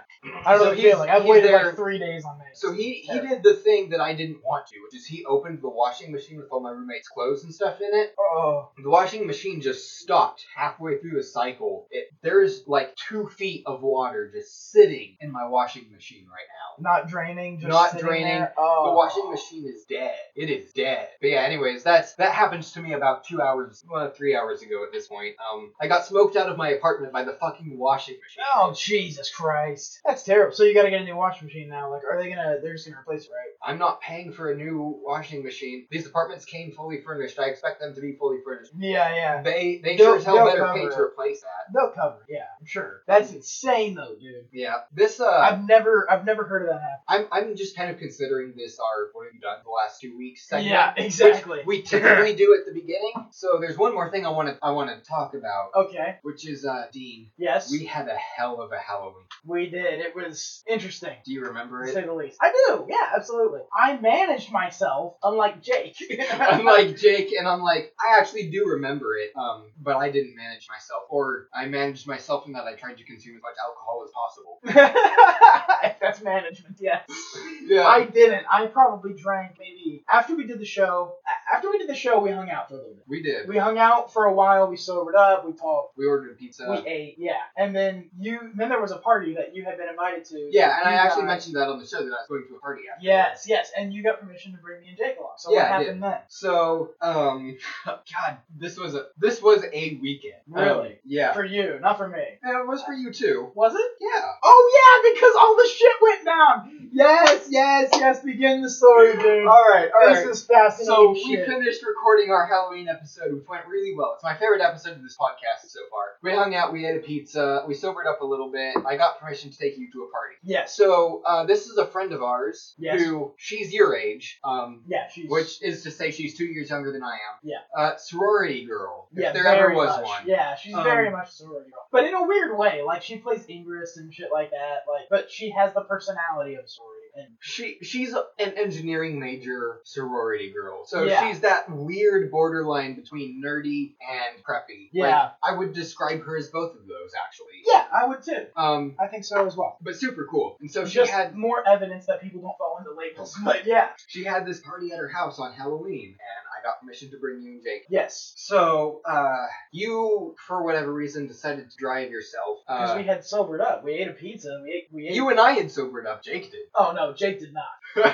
A: I don't
E: So
A: know the
E: he's-
A: feeling. I've
E: he's
A: waited
E: there-
A: like three days on this.
E: So he, he
A: Terrible.
E: did the thing that I didn't want to, which is he opened the washing machine with all my roommate's clothes and stuff in it.
A: Oh.
E: The washing machine just stopped halfway through the cycle. It, there's like two feet of water just sitting in my washing machine right now.
A: Not draining. Just
E: Not
A: sitting
E: draining.
A: there. Oh.
E: The washing machine is dead. It is dead. But yeah, anyways, that's that happens to me about two hours, well, three hours ago at this point. Um, I got smoked out of my apartment by the fucking washing machine.
A: Oh Jesus Christ. That's terrible. So you gotta get a new washing machine now. Like, are they gonna? They're just gonna replace it, right?
E: I'm not paying for a new washing machine. These apartments came fully furnished. I expect them to be fully furnished.
A: Yeah, yeah.
E: They they
A: They'll-
E: sure as hell
A: they'll
E: better
A: cover
E: pay to
A: it.
E: replace that.
A: They'll cover. it, Yeah, I'm sure. That's insane though, dude.
E: Yeah, this uh.
A: I've never, I've never heard of that happen.
E: I'm, I'm just kind of considering this our what have you done the last two weeks segment.
A: Yeah, exactly.
E: which We typically do at the beginning. So there's one more thing I want to I want to talk about,
A: Okay.
E: which is uh, Dean.
A: Yes.
E: We had a hell of a Halloween.
A: We did. It was interesting.
E: Do you remember
A: To
E: it?
A: say the least. I do, yeah, absolutely. I managed myself, unlike Jake.
E: *laughs* *laughs* I'm like Jake, and I'm like I actually do remember it, um, but I didn't manage myself, or I managed myself in that I tried to consume as much alcohol as possible.
A: *laughs* That's management, yes.
E: Yeah,
A: I didn't. I probably drank maybe after we did the show. a- After we did the show, we hung out for a little bit.
E: we did.
A: We hung out for a while. We sobered up. We talked.
E: We ordered a pizza.
A: We ate. Yeah, and then you. Then there was a party that you had been invited to.
E: yeah, and I
A: You
E: actually
A: guys-
E: mentioned that on the show that I was going to a party after.
A: Yes, yes, and you got permission to bring me and Jake along. So
E: Yeah,
A: what
E: I
A: happened then?
E: So, um, *laughs* God, this was a this was a weekend. Um,
A: Really?
E: yeah.
A: For you, not for me.
E: And it was for you too.
A: Was it?
E: Yeah.
A: Oh yeah, because all the shit went down. Yes, yes, yes. Begin the *gasps* story, dude.
E: All right. All
A: this
E: right.
A: is fascinating.
E: So we
A: shit.
E: finished recording our Halloween episode, which went really well. It's my favorite episode of this podcast so far. We hung out, we ate a pizza, we sobered up a little bit. I got permission to take you to a party.
A: Yes.
E: So uh, this is a friend of ours
A: Yes.
E: who she's your age, um,
A: Yeah. She's,
E: which is to say she's two years younger than I am.
A: Yeah.
E: Uh, sorority girl, if
A: yeah,
E: there
A: very
E: ever was
A: much.
E: one.
A: Yeah, she's
E: Um,
A: very much a sorority girl, but in a weird way. Like she plays Ingress and shit like that. Like, but she has the personality of a sorority. And
E: she she's an engineering major sorority girl so
A: Yeah.
E: she's that weird borderline between nerdy and preppy like
A: Yeah.
E: i would describe her as both of those actually
A: yeah, I would too.
E: um
A: I think so as well.
E: but super cool and so she
A: Just
E: had
A: more evidence that people don't fall into labels. But yeah.
E: she had this party at her house on halloween and i got permission to bring you and jake
A: Yes.
E: so uh you for whatever reason decided to drive yourself
A: Because
E: uh,
A: we had sobered up. We ate a pizza. We ate. We ate.
E: you and i had sobered up
A: *laughs*
E: jake did *laughs*
A: oh no, Jake did not.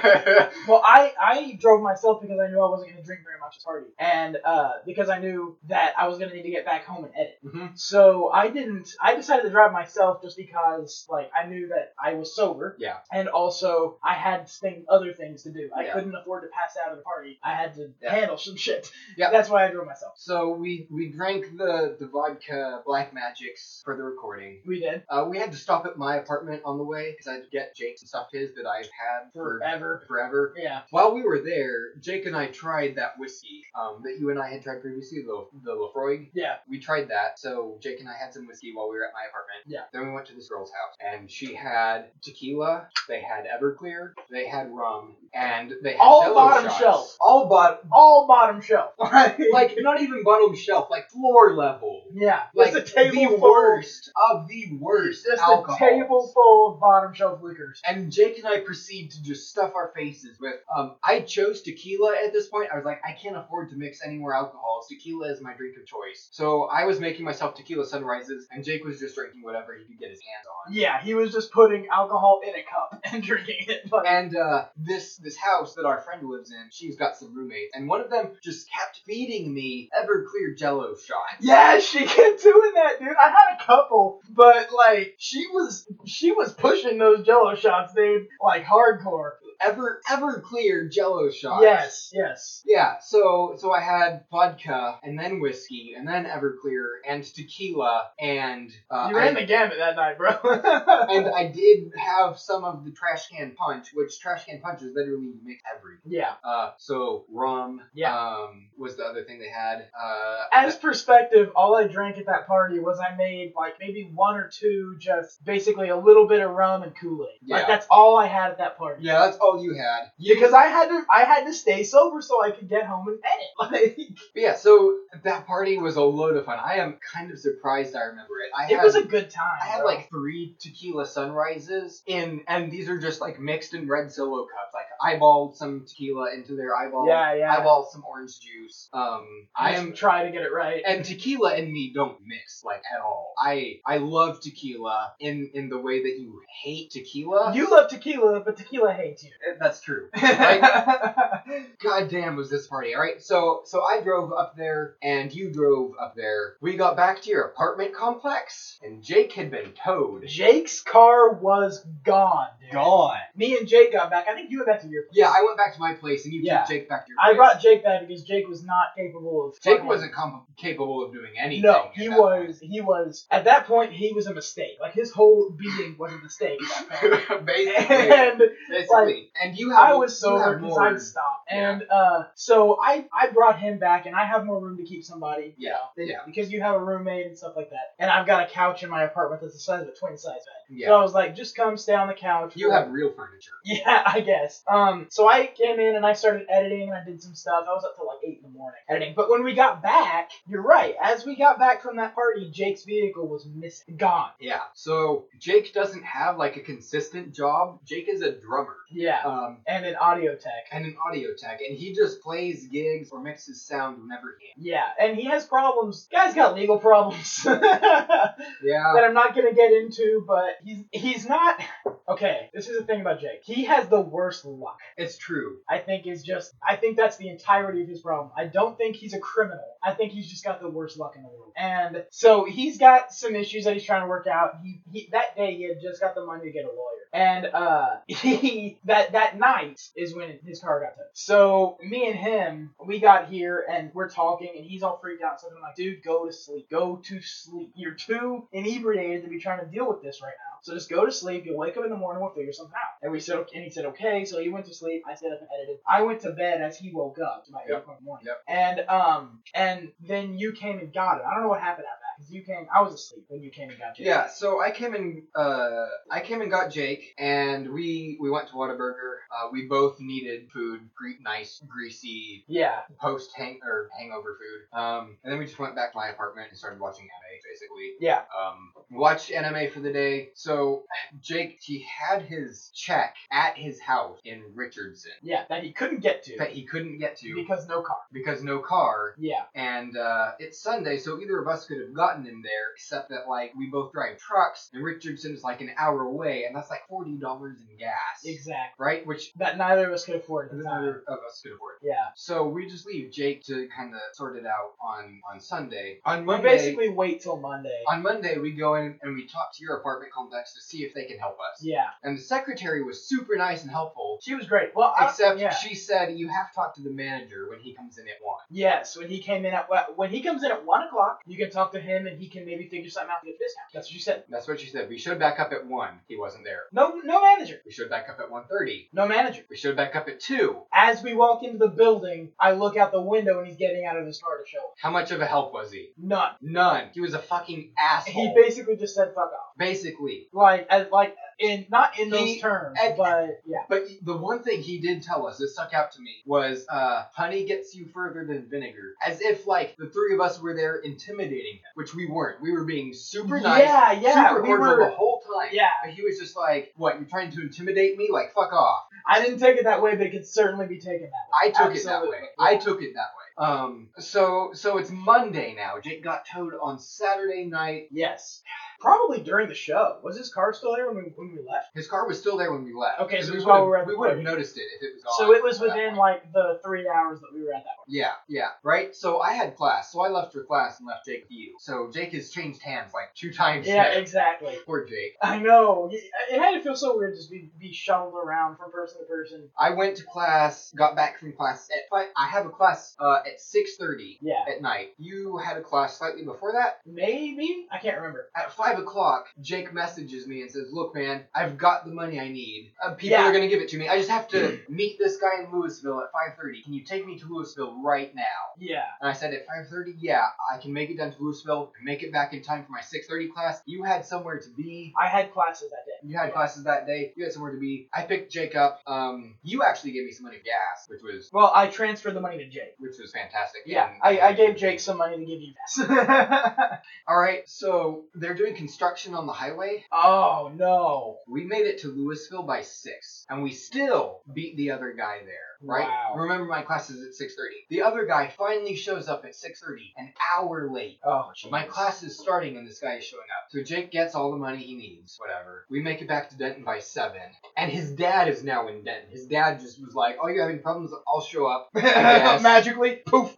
A: Well, I, I drove myself because I knew I wasn't going to drink very much at the party, and uh, because I knew that I was going to need to get back home and edit.
E: Mhm.
A: So I didn't. I decided to drive myself just because, like, I knew that I was sober,
E: yeah
A: and also I had thing, other things to do. I
E: Yeah.
A: couldn't afford to pass out at the party. I had to
E: Yeah.
A: handle some shit.
E: Yeah.
A: That's why I drove myself.
E: So we we drank make the, the vodka black magics for the recording.
A: We did.
E: Uh, we had to stop at my apartment on the way because I had to get Jake's and stuff his that I've had for
A: Forever.
E: forever.
A: Yeah.
E: While we were there, Jake and I tried that whiskey um, that you and I had tried previously, the, the Lefroy.
A: Yeah.
E: We tried that, so Jake and I had some whiskey while we were at my apartment.
A: Yeah.
E: Then we went to this girl's house, and she had tequila, they had Everclear, they had rum, and they had
A: All
E: Jello
A: bottom
E: shots.
A: shelf.
E: all bottom,
A: All bottom shelf.
E: like not even bottom shelf, like floor level.
A: Yeah.
E: Like
A: Just a table
E: the
A: full.
E: worst of the worst
A: Just
E: alcohol.
A: a table full of bottom shelf liquors.
E: And Jake and I proceed to just stuff our faces with. Um, I chose tequila at this point. I was like, I can't afford to mix any more alcohols. Tequila is my drink of choice. So I was making myself tequila sunrises, and Jake was just drinking whatever he could get his hands on.
A: Yeah, he was just putting alcohol in a cup *laughs* and drinking it. But
E: And uh, this this house that our friend lives in, she's got some roommates, and one of them just kept feeding me Everclear Jello shots.
A: yeah, she *laughs* kept doing that, dude. I had a couple, but like she was she was pushing those Jello shots, dude, like hardcore.
E: Ever Everclear Jello shots.
A: Yes, yes.
E: Yeah, so so I had vodka and then whiskey and then Everclear and tequila and uh,
A: You
E: I,
A: ran the gamut that night, bro. *laughs*
E: and I did have some of the trash can punch, which trash can punch is literally you mix everything.
A: yeah.
E: Uh, so rum,
A: Yeah.
E: um, was the other thing they had. Uh,
A: As perspective, all I drank at that party was I made like maybe one or two, just basically a little bit of rum and Kool Aid.
E: Yeah.
A: Like that's all I had at that party.
E: yeah, that's all you had.
A: Because I had to, I had to stay sober so I could get home and edit. *laughs* Like
E: But yeah, so that party was a load of fun. I am kind of surprised I remember it. I
A: it
E: had,
A: was a good time.
E: I had
A: bro.
E: like three tequila sunrises in, and these are just like mixed in red Solo cups. Like eyeballed some tequila into their eyeball.
A: yeah, yeah.
E: Eyeball some orange juice. Um, I
A: Just
E: am
A: trying to get it right.
E: and tequila and me don't mix like at all. I I love tequila in in the way that you hate tequila.
A: You love tequila, but tequila hates you.
E: Eh,
A: *laughs*
E: that's true. Like, goddamn, was this party all right? So so I drove up there and you drove up there. We got back to your apartment complex and Jake had been towed.
A: Jake's car was gone, dude.
E: Gone.
A: Me and Jake got back. I think you went back to your place.
E: Yeah, I went back to my place and you
A: Yeah.
E: took Jake back to your
A: I
E: place.
A: brought Jake back because Jake was not capable of.
E: Jake
A: fucking-
E: wasn't com- capable of doing anything.
A: No,
E: at
A: he
E: that point.
A: was. He was. At that point, he was a mistake. Like his whole being was a
E: *laughs*
A: mistake. at that point.
E: *laughs* Basically.
A: *laughs* and
E: Basically, and you have
A: I was
E: you
A: sober
E: have
A: because I'd
E: more-
A: stop.
E: Yeah.
A: And uh, so I, I brought him back, and I have more room to keep somebody. you
E: Yeah,
A: know, than-
E: yeah.
A: Because you have a roommate and stuff like that. And I've got a couch in my apartment that's the size of a twin size bed.
E: Yeah.
A: So I was like, just come stay on the couch.
E: You
A: We'll-
E: have real furniture.
A: *laughs* Yeah, I guess. Um, so I came in and I started editing and I did some stuff. I was up till like eight in the morning editing. But when we got back, you're right. As we got back from that party, Jake's vehicle was missing, gone.
E: Yeah. So Jake doesn't have like a consistent job. Jake is a drummer
A: Yeah,
E: um,
A: and an audio tech.
E: and an audio tech, and he just plays gigs or mixes sound whenever he can.
A: Yeah, and he has problems. Guy's got legal problems *laughs* that
E: Yeah.
A: I'm not gonna get into, but he's he's not. Okay, this is the thing about Jake. He has the worst luck.
E: It's true.
A: I think is just. I think that's the entirety of his problem. I don't think he's a criminal. I think he's just got the worst luck in the world. And so he's got some issues that he's trying to work out. He, he that day he had just got the money to get a lawyer. And uh, *laughs* he that that night is when his car got towed. So me and him, we got here and we're talking, and he's all freaked out. So I'm like, dude, go to sleep. Go to sleep. You're too inebriated to be trying to deal with this right now. So just go to sleep. You'll wake up in the morning. We'll figure something out. And we said, okay, and he said, okay. So he went to sleep. I stayed up and edited. I went to bed as he woke up to my
E: Yep.
A: eight o'clock in the morning.
E: Yep.
A: And um, and then you came and got it. I don't know what happened after that because you came. I was asleep when you came and got it.
E: Yeah. So I came and uh, I came and got Jake, and we we went to Whataburger. Uh, we both needed food, gre- nice, greasy,
A: Yeah.
E: post hang or hangover food. Um, and then we just went back to my apartment and started watching anime, basically.
A: Yeah.
E: um, watched anime for the day. So Jake, he had his check at his house in Richardson
A: Yeah. That he couldn't get to
E: that he couldn't get to
A: because no car.
E: because no car,
A: Yeah.
E: and uh, it's Sunday, so either of us could have gotten him there, except that like we both drive trucks, and Richardson's like an hour away, and that's like forty dollars in gas,
A: Exactly.
E: right? Which
A: That neither of us could afford at the time.
E: neither of us could afford.
A: Yeah.
E: So we just leave Jake to kind of sort it out on on Sunday. On
A: We
E: Monday,
A: basically wait till Monday.
E: on Monday we go in and we talk to your apartment complex to see if they can help us.
A: Yeah.
E: And the secretary was super nice and helpful.
A: She was great. Well, I-
E: Except
A: yeah.
E: she said you have to talk to the manager when he comes in at one.
A: Yes, when he came in at when he comes in at one o'clock, you can talk to him and he can maybe figure something out to get a discount. That's what she said.
E: That's what she said. We showed back up at one. He wasn't there.
A: No, no manager.
E: We showed back up at 1.30.
A: No manager.
E: We showed back up at two.
A: As we walk into the building, I look out the window and he's getting out of his car to show up.
E: How much of a help was he?
A: None.
E: None. He was a fucking
A: He
E: asshole.
A: basically just said fuck off.
E: basically.
A: Like, as, like in not in those
E: He-
A: terms,
E: and-
A: but yeah.
E: But the one thing he did tell us that stuck out to me was, uh, honey gets you further than vinegar. As if, like, the three of us were there intimidating him, which we weren't. We were being super nice.
A: Yeah, yeah,
E: Super
A: we
E: cordial
A: were-
E: the whole time.
A: Yeah.
E: But he was just like, what, you're trying to intimidate me? Like, fuck off.
A: I didn't take it that way, but it could certainly be taken that way.
E: I took
A: Absolutely.
E: it that way. I took it that way. Um, so so it's Monday now. Jake got towed on Saturday night.
A: yes. Probably during the show. Was his car still there when we when we left?
E: His car was still there when we left.
A: Okay, so
E: we
A: it's while
E: would've-
A: we were at the
E: we would have
A: party.
E: noticed it if it was gone.
A: So it was
E: at that
A: within
E: point.
A: like the three hours that we were at that point.
E: Yeah, yeah, right. So I had class, so I left for class and left Jake with you. So Jake has changed hands like two times.
A: Yeah,
E: today.
A: exactly.
E: Poor Jake.
A: I know. It it had to feel so weird just be, be shuttled around from person to person.
E: I went to class, got back from class at five. I have a class uh, at six thirty
A: Yeah.
E: at night. You had a class slightly before that.
A: Maybe? I can't remember.
E: At five o'clock, Jake messages me and says, "Look, man, I've got the money I need. Uh, people
A: Yeah.
E: are gonna give it to me. I just have to meet this guy in Louisville at five thirty. Can you take me to Louisville right now?"
A: Yeah.
E: And I said, "At five thirty, yeah, I can make it down to Louisville. and Make it back in time for my six thirty class. You had somewhere to be."
A: I had classes that day.
E: You had classes that day. You had somewhere to be. I picked Jake up. Um, you actually gave me some money for gas, which was
A: Well, I transferred the money to Jake.
E: which was fantastic.
A: Yeah,
E: And-
A: I, I gave Jake some money to give you this. *laughs*
E: All right, so they're doing construction on the highway.
A: oh, no.
E: We made it to Louisville by six, and we still beat the other guy there. Right?
A: Wow.
E: Remember, my class is at six thirty. The other guy finally shows up at six thirty, an hour late.
A: Oh, jeez.
E: My
A: *laughs*
E: class is starting, and this guy is showing up. So Jake gets all the money he needs, whatever. We make it back to Denton by seven, and his dad is now in Denton. His dad just was like, "Oh, you're having problems? I'll show up." Yes.
A: Magically, poof.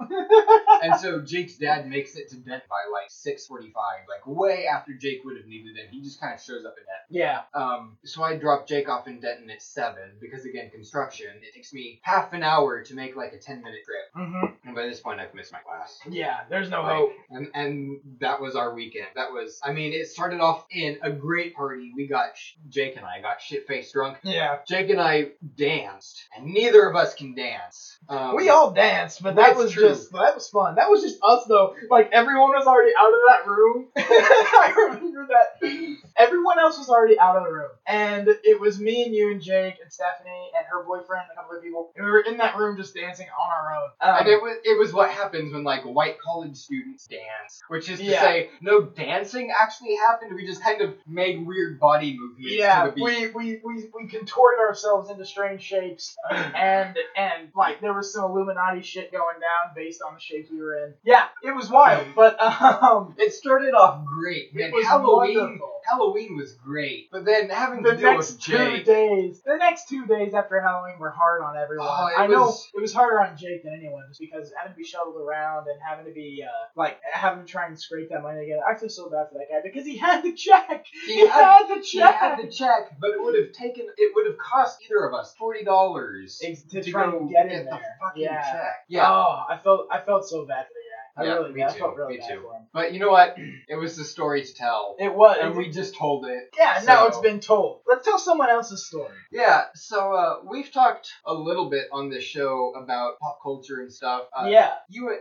E: and so Jake's dad makes it to Denton by like six forty-five, like way after Jake would have needed him. He just kind of shows up at Denton.
A: yeah.
E: Um, so I dropped Jake off in Denton at seven because again, construction. It takes me half an hour to make like a ten minute trip,
A: Mm-hmm.
E: and by this point, I've missed my class.
A: Yeah, there's no
E: Like,
A: hope.
E: and and that was our weekend. That was, I mean, it started off in a great party. We got Jake and I got shit faced drunk.
A: Yeah.
E: Jake and I danced, and neither of us can dance. Um,
A: We all danced, but that
E: That's
A: was
E: true.
A: just that was fun. That was just us though. Like everyone was already out of that room. *laughs* I remember that everyone else was already out of the room, and it was me and you and Jake and Stephanie and her boyfriend and a couple of people, and we were in that room just dancing on our own. Um,
E: And it was, it was what happens when like white college students dance, which is to
A: Yeah.
E: say, no dancing actually happened. We just kind of made weird body movements. to
A: yeah,
E: the beat.
A: we, we, we, we contorted ourselves into strange shapes,
E: *laughs*
A: and and like there was some Illuminati shit going down based on the shapes we were in. Yeah, it was wild, but *laughs* um,
E: It started off great.
A: It
E: Man,
A: was
E: Halloween
A: wonderful.
E: Halloween was great. But then having
A: the
E: to deal
A: next
E: with
A: two
E: Jake.
A: days, the next two days after Halloween were hard on everyone.
E: Oh, it
A: I know
E: was-
A: it was harder on Jake than anyone, just because having to be shuttled around and having to be uh, like having to try and scrape that money together. I feel so bad for that guy because he had the check. He, had, the
E: he
A: check.
E: had the check, but it would have taken it would have cost either of us forty dollars
A: Ex- to try and get in there.
E: the fucking
A: yeah.
E: check. Yeah.
A: Oh, I felt I felt so bad for the guy. I
E: Yeah,
A: really
E: me
A: I
E: too,
A: felt really
E: me
A: bad
E: too.
A: for him.
E: But you know what? It was the story to tell.
A: It was.
E: And we just told it.
A: yeah, now
E: so-
A: it's been told. Let's tell someone else's story.
E: Yeah, so uh, we've talked a little bit on this show about pop culture and stuff. Uh,
A: yeah.
E: You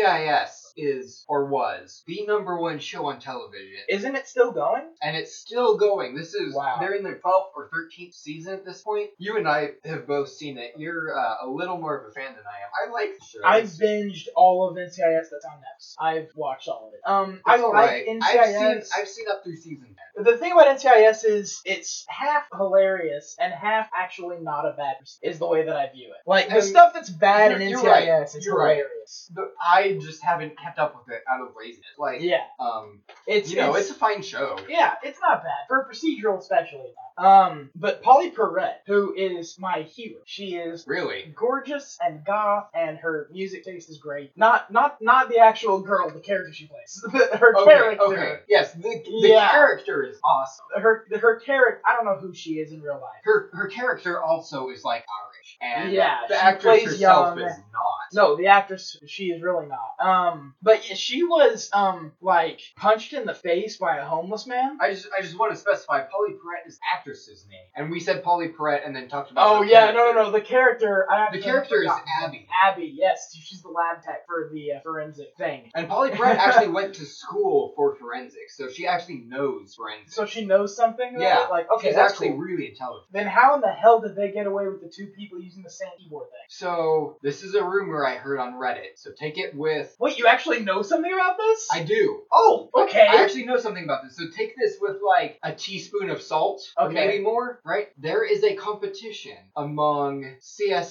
E: NCIS is or was the number one show on television.
A: Isn't it still going?
E: and it's still going. This is
A: Wow.
E: they're in their twelfth or thirteenth season at this point. You and I have both seen it. You're uh, a little more of a fan than I am. I like the show.
A: I binged all of NCIS that that's on Netflix. I've watched all of it. Um, I
E: That's
A: like
E: alright.
A: NCIS.
E: I've seen I've seen up through season ten.
A: The thing about NCIS is it's half hilarious and half actually not a bad is the way that I view it. Like the
E: And
A: stuff that's bad in NCIS
E: you're- you're right.
A: is
E: You're right.
A: hilarious.
E: The- I just haven't kept up with it out of laziness. Like
A: Yeah,
E: um
A: it's
E: you know,
A: it's,
E: it's, a fine show.
A: yeah, it's not bad for a procedural, especially. Not. Um, but Polly Perrette, who is my hero, she is
E: Really.
A: gorgeous and goth, and her music taste is great. Not not not the actual girl, the character she plays. *laughs* her
E: Okay,
A: character.
E: okay. Yes, the, the
A: Yeah.
E: character is awesome.
A: Her her character. I don't know who she is in real life.
E: Her her character also is like Irish, and
A: Yeah,
E: the
A: she
E: actress
A: plays
E: herself
A: young.
E: is not.
A: No, the actress, she is really not. Um, but yeah, she was um like punched in the face by a homeless man.
E: I just I just want to specify Polly Perrette is actress's name, and we said Polly Perrette and then talked about.
A: Oh
E: her
A: yeah, no,
E: character.
A: no, no. The character, I
E: The
A: I've
E: character is
A: forgotten.
E: Abby.
A: Abby, yes, she's the lab tech for the uh, forensic thing.
E: And Polly
A: *laughs*
E: Perrette actually went to school for forensics, so she actually knows forensics.
A: So she knows something. about
E: Yeah,
A: it? like okay,
E: she's
A: that's
E: actually
A: cool.
E: really intelligent.
A: Then how in the hell did they get away with the two people using the same keyboard thing?
E: So this is a rumor I heard on Reddit, so take it with.
A: Wait, you actually know something about this?
E: I do.
A: oh, okay.
E: I actually know something about this, so take this with like a teaspoon of salt, or
A: Okay.
E: maybe more. Right? There is a competition among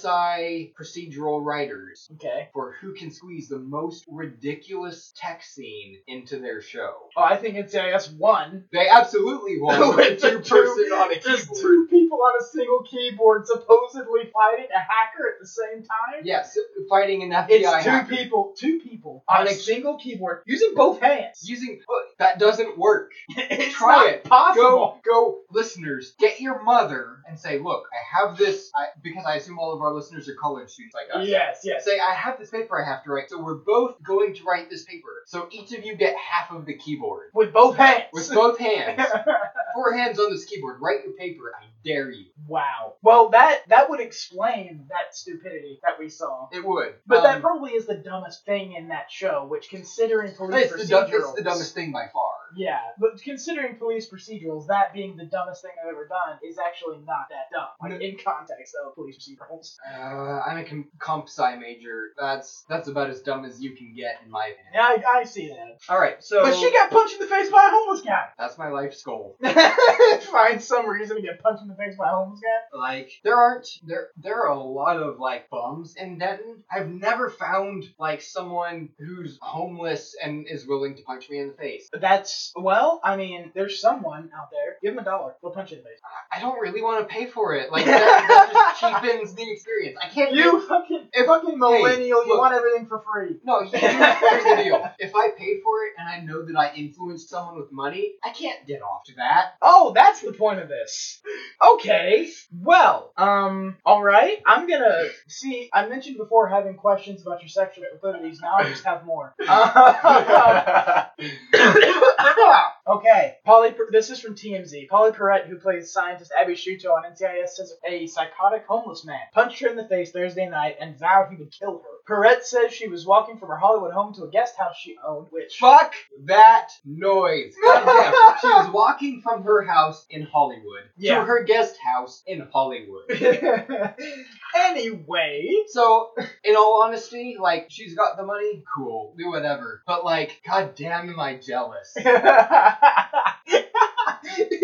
E: CSI procedural writers
A: *laughs* okay.
E: for who can squeeze the most ridiculous tech scene into their show.
A: Oh, I think NCIS won.
E: *laughs*
A: *laughs*
E: They absolutely won with
A: the
E: a two person on a
A: *laughs* just
E: keyboard.
A: two people on a single keyboard supposedly fighting a hacker at the same time.
E: Yes, fighting an FBI
A: It's two
E: hacker.
A: people, two people
E: On
A: on,
E: a
A: a single keyboard using both hands.
E: *laughs* Using uh, that doesn't work.
A: it's
E: try
A: not
E: it.
A: Possible.
E: Go, go, listeners. Get your mother and say, "Look, I have this." I, because I assume all of our listeners are college students like us.
A: Yes, yes.
E: Say, I have this paper I have to write, so we're both going to write this paper. So each of you get half of the keyboard
A: With both hands. *laughs*
E: with both hands. Four hands on this keyboard. Write your paper. I dare you.
A: wow. Well, that that would explain that stupidity that we saw.
E: It would.
A: But that
E: Um,
A: probably is the dumbest thing in that show. Which, considering police
E: It's the, dumb, it's the
A: procedurals-
E: dumbest thing by far.
A: Yeah, but considering police procedurals, that being the dumbest thing I've ever done is actually not that dumb. Like in context of police procedurals.
E: Uh, I'm a com- comp sci major. That's that's about as dumb as you can get, in my opinion.
A: Yeah, I, I see that.
E: All right. So
A: but she got punched in the face by a homeless *laughs*
E: that's my life's goal.
A: guy. Find some reason to get punched in the face by a homeless guy.
E: Like there aren't there there are a lot of like bums in Denton. I've never found like someone who's homeless and is willing to punch me in the face.
A: That's well, I mean, there's someone out there. Give him a dollar. We'll punch you in the face.
E: I don't really want to pay for it. Like that, that
A: *laughs*
E: just cheapens the experience. I can't.
A: You fucking
E: if
A: fucking millennial, you
E: look.
A: want everything for free.
E: No, here's the deal. If I pay for it and I know that I influenced someone with money, I can't get off to that.
A: Oh, that's the point of this. Okay. Well, um, alright. I'm gonna see I mentioned before having questions about your sexual proclivities, now I just have more. *laughs* *coughs* Okay, Polly. Per- This is from TMZ. Polly Perrette, who plays scientist Abby Shuto on NCIS, says a psychotic homeless man punched her in the face Thursday night and vowed he would kill her. Perrette says she was walking from her Hollywood home to a guest house she owned, which
E: Fuck that noise. Goddamn. she was walking from her house in Hollywood
A: Yeah.
E: to her guest house in Hollywood.
A: *laughs* anyway.
E: So, in all honesty, like, she's got the money, cool, do whatever. But, like, goddamn, am I
A: *laughs*
E: jealous.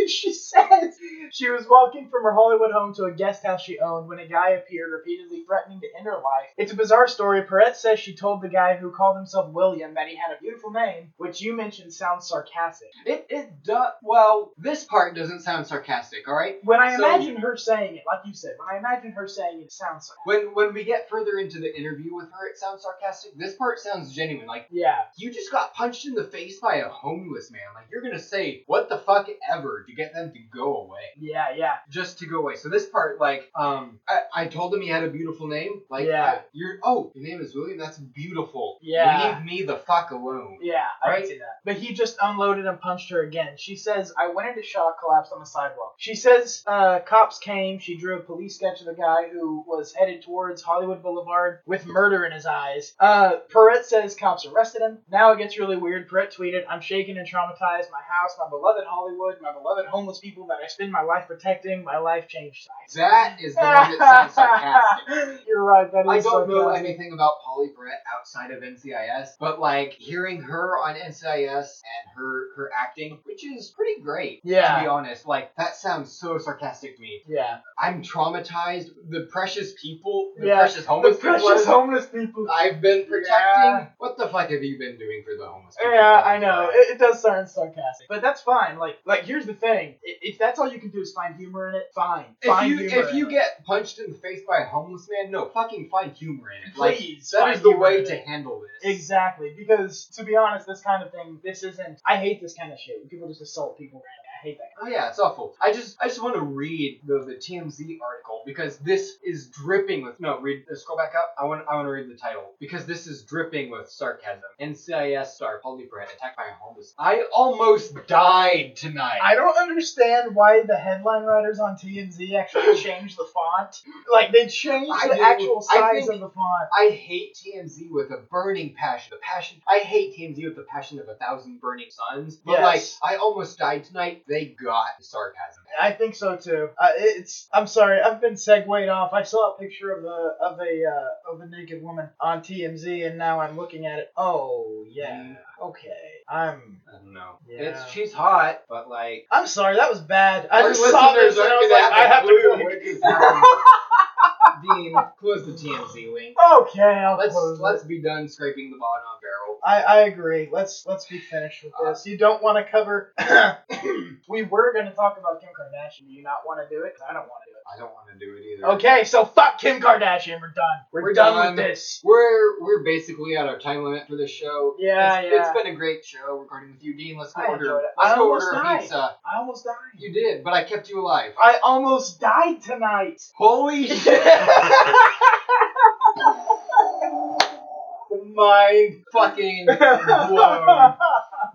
A: she says she was walking from her Hollywood home to a guest house she owned when a guy appeared repeatedly threatening to end her life. It's a bizarre story. Perrette says she told the guy who called himself William that he had a beautiful name, which you mentioned sounds sarcastic.
E: It, it does, well, this part doesn't sound sarcastic, alright?
A: When I
E: So-
A: imagine her saying it, like you said, when I imagine her saying it, it sounds sarcastic.
E: When, when we get further into the interview with her, it sounds sarcastic. This part sounds genuine. Like,
A: Yeah.
E: you just got punched in the face by a homeless man. Like, you're gonna say, what the fuck ever, to get them to go away.
A: Yeah, yeah.
E: just to go away. So this part, like, um, I, I told him he had a beautiful name. Like,
A: Yeah.
E: uh, you're, oh, your name is William. That's beautiful.
A: Yeah.
E: Leave me the fuck alone.
A: Yeah, I
E: Right?
A: can see that. But he just unloaded and punched her again. She says, I went into shock, collapsed on the sidewalk. She says, uh, cops came. She drew a police sketch of the guy who was headed towards Hollywood Boulevard with murder in his eyes. Uh, Perrette says cops arrested him. Now it gets really weird. Perrette tweeted, I'm shaken and traumatized. My house, my beloved Hollywood, my beloved homeless people that I spend my life protecting, my life changed.
E: That is the one that
A: *laughs*
E: sounds sarcastic.
A: You're right. That is
E: I don't know
A: sarcastic.
E: anything about Polly Brett outside of NCIS, but like hearing her on NCIS and her her acting, which is pretty great. To be
A: Yeah.
E: honest, like that sounds so sarcastic to me.
A: Yeah.
E: I'm traumatized. The precious people, the
A: Yeah.
E: precious homeless
A: the
E: people.
A: precious homeless people.
E: I've been protecting.
A: Yeah.
E: What the fuck have you been doing for the homeless people?
A: Yeah, I know. It, it does sound sarcastic, but that's fine. Like, like here's the thing: I- if that's all you can do is find humor in it, fine.
E: if
A: Find
E: you
A: humor
E: if
A: in
E: you
A: it.
E: get punched in the face by a homeless man, no, fucking find humor in it. Like
A: please,
E: that
A: find
E: is the
A: humor
E: way
A: in
E: to
A: it.
E: handle this.
A: Exactly, because to be honest, this kind of thing, this isn't. I hate this kind of shit. when People just assault people randomly. I hate that.
E: Oh yeah, it's awful. I just I just want to read the, the TMZ article because this is dripping with no read uh, scroll back up. I want I want to read the title because this is dripping with sarcasm. NCIS star Polly Brett attacked by a homeless. I almost died tonight.
A: I don't understand why the headline writers on TMZ *laughs* actually changed the font. Like they changed
E: I
A: the
E: do.
A: actual
E: I
A: size
E: think-
A: of the font.
E: I hate TMZ with a burning passion. The passion. I hate TMZ with the passion of a thousand burning suns. But
A: Yes.
E: like, I almost died tonight. They got the sarcasm.
A: I think so too. Uh, it's. I'm sorry. I've been segued off. I saw a picture of a of a uh, of a naked woman on TMZ, and now I'm looking at it. Oh yeah. Okay. I'm.
E: I don't know.
A: Yeah.
E: It's she's hot, but like.
A: I'm sorry. That was bad. I
E: Our
A: just saw
E: listeners
A: this and I
E: aren't
A: was
E: gonna
A: like, I have
E: a clue
A: to.
E: what is happening.
A: *laughs*
E: Dean, close the TMZ link.
A: Okay. I'll
E: Let's
A: close it.
E: let's be done scraping the bottom of the barrel.
A: I, I agree. Let's let's be finished with this. You don't want to cover. *coughs* we were going to talk about Kim Kardashian. Do you not want to do it? 'Cause I don't want to do it.
E: I don't want to do it either.
A: Okay, so fuck Kim Kardashian. We're done. We're,
E: We're
A: done,
E: done.
A: with this.
E: We're we're basically at our time limit for this show.
A: Yeah,
E: It's-
A: yeah.
E: It's been a great show recording with you, Dean. Let's go
A: I
E: order.
A: enjoyed it.
E: Let's
A: I
E: go
A: almost
E: order a
A: died.
E: pizza.
A: I almost died.
E: You did, but I kept you alive.
A: I almost died tonight. *laughs*
E: Holy shit! Mind
A: *laughs*
E: fucking *laughs* blown.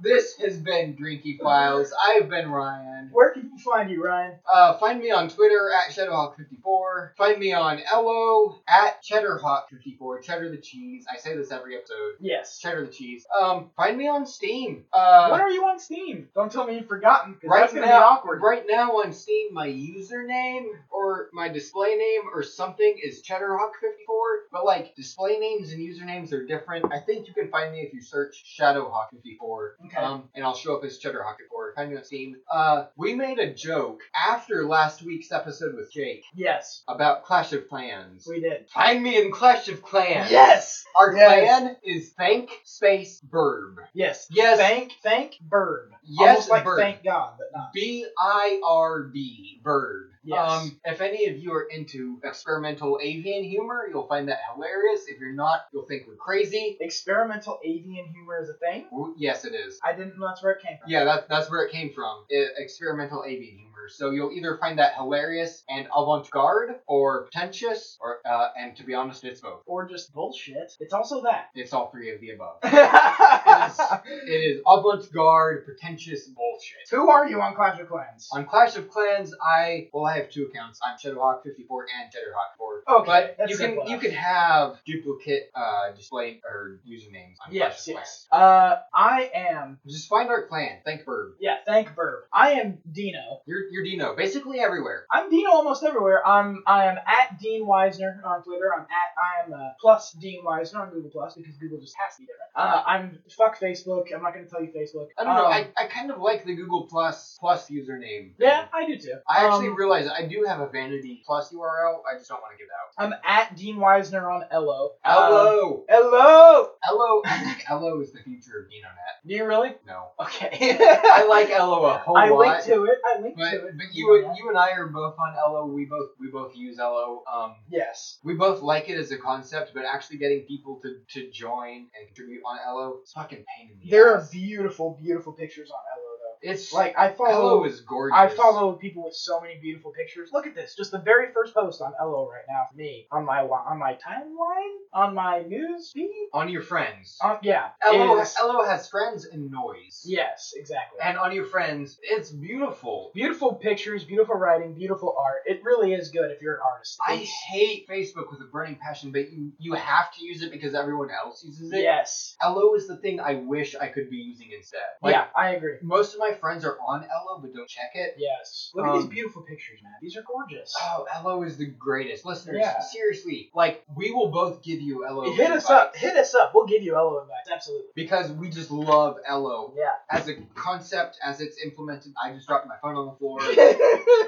E: This has been Drinky Files. I've been Ryan.
A: Where can people find you, Ryan?
E: Uh, find me on Twitter at Shadowhawk54. Find me on Ello at Cheddarhawk54. Cheddar the cheese. I say this every episode.
A: Yes.
E: Cheddar the cheese. Um, find me on Steam. Uh,
A: when are you on Steam? Don't tell me you've forgotten. 'cause
E: Right
A: that's gonna
E: now-
A: be awkward.
E: Right now on Steam, my username or my display name or something is CheddarHawk54, but like display names and usernames are different. I think you can find me if you search Shadowhawk54,
A: Okay.
E: um, and I'll show up as CheddarHawk54. Find me on Steam. Uh, we made a joke after last week's episode with Jake
A: Yes,
E: about Clash of Clans.
A: we did.
E: Find me in Clash of Clans.
A: Yes.
E: Our
A: Yes.
E: clan is thank space verb.
A: Yes.
E: Yes.
A: Thank, thank, bird.
E: Yes,
A: Almost like
E: bird.
A: thank God, but not.
E: B I R B bird.
A: Yes.
E: Um, if any of you are into experimental avian humor, you'll find that hilarious. If you're not, you'll think we're crazy.
A: Experimental avian humor is a thing.
E: W- Yes, it is.
A: I didn't know that's where it came from.
E: Yeah, that's that's where it came from. I- experimental avian humor. So you'll either find that hilarious and avant-garde, or pretentious, or uh, and to be honest, it's both.
A: Or just bullshit. It's also
E: *laughs*
A: that.
E: It's all three of the above.
A: Who
E: it is avant-garde, pretentious bullshit.
A: are you on Clash of Clans?
E: On Clash of Clans, I well, I have two accounts. I'm Shadowhawk54 and Cheddarhawk4.
A: Okay,
E: but
A: that's
E: you can
A: simple
E: you
A: enough.
E: can have duplicate uh, display or usernames on
A: yes,
E: Clash of
A: yes. Uh, I am.
E: Clans. Just find our clan. Thank Bird.
A: Yeah, thank Burb. I am Dino.
E: You're you're Dino. Basically everywhere.
A: I'm Dino almost everywhere. I'm I am at Dean Weisner on Twitter. I'm at I am uh, plus Dean Weisner on Google Plus because Google just has to be different. Uh, I'm fuck Facebook. I'm not gonna tell you Facebook.
E: I don't know.
A: Um,
E: I, I kind of like the Google Plus Plus username.
A: yeah, I do too.
E: I actually
A: Um,
E: realize I do have a Vanity Plus URL. I just don't want to give it
A: I'm at Dean Weisner on Ello.
E: out.
A: Um,
E: Hello.
A: Ello.
E: Hello. *laughs* I think Hello is the future of DinoNet.
A: Do you really? *laughs*
E: No.
A: Okay.
E: *laughs* I
A: *laughs*
E: like Hello a whole
A: I
E: lot.
A: linked to it. I linked
E: But,
A: to it.
E: but you and you and I are both on LO. We both we both use LO. Um,
A: Yes.
E: we both like it as a concept, but actually getting people to, to join and contribute on LO it's fucking pain in the
A: There are
E: ass.
A: beautiful, beautiful pictures on Ello though.
E: It's like
A: Like I
E: LO
A: follow,
E: is gorgeous.
A: I follow people with so many beautiful pictures. Look at this, just the very first post on Ello right now for me on my wa- on my timeline, on my news feed.
E: on your friends.
A: Um, yeah,
E: LO
A: is-
E: LO has friends and noise.
A: yes, exactly.
E: And on your friends, it's beautiful.
A: beautiful pictures, beautiful writing, beautiful art. It really is good if you're an artist.
E: I
A: It's-
E: hate Facebook with a burning passion, but you, you have to use it because everyone else uses it.
A: yes,
E: LO is the thing I wish I could be using instead. Like,
A: yeah, I agree.
E: most of my my friends are on Elo but don't check it.
A: Yes. Look at
E: Um,
A: these beautiful pictures, man. These are gorgeous.
E: Oh, Elo is the greatest. Listeners,
A: Yeah.
E: seriously, like we will both give you Elo.
A: hit us
E: invites
A: up. Hit us up. We'll give you Elo advice. Absolutely.
E: because we just love Elo
A: Yeah.
E: as a concept as it's implemented. I just dropped my phone on the floor.
A: *laughs*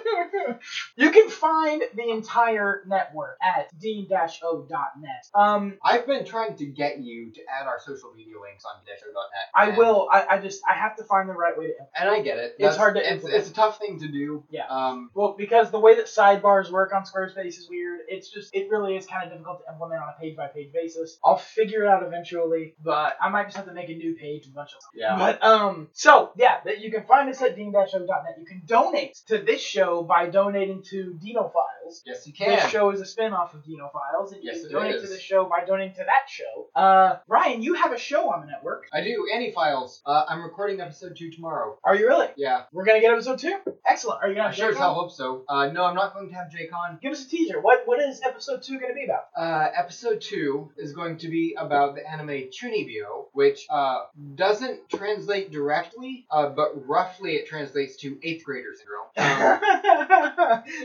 A: you can find the entire network at d-o.net. Um,
E: I've been trying to get you to add our social media links on dasho.net.
A: I
E: and-
A: will. I, I just I have to find the right way to.
E: and I get it.
A: It's
E: That's-
A: hard to
E: It's,
A: implement.
E: it's a tough thing to do.
A: Yeah.
E: Um,
A: Well, because the way that sidebars work on Squarespace is weird. It's just it really is kind of difficult to implement on a page by page basis. I'll figure it out eventually, but I might just have to make a new page and a bunch of stuff.
E: yeah.
A: But um, so yeah, that you can find us at dean-show.net. You can donate to this show by donating to Dino Files.
E: yes, you
A: This
E: can.
A: show is a spin-off of Dino Files, and you
E: Yes,
A: can
E: it
A: donate
E: is.
A: to the show by donating to that show. Uh, Ryan, you have a show on the network.
E: I do. Any files. Uh, I'm recording episode two tomorrow.
A: Are you really?
E: Yeah.
A: We're gonna get episode two. Excellent. Are you gonna
E: I
A: have
E: sure as
A: Jay
E: hell
A: on?
E: hope so. Uh, no, I'm not going to have JCon.
A: Give us a teaser. What what is episode two gonna be about?
E: Uh, episode two is going to be about the anime Chunibyo, which uh, doesn't translate directly, uh, but roughly it translates to eighth grader
A: *laughs*
E: syndrome. Um,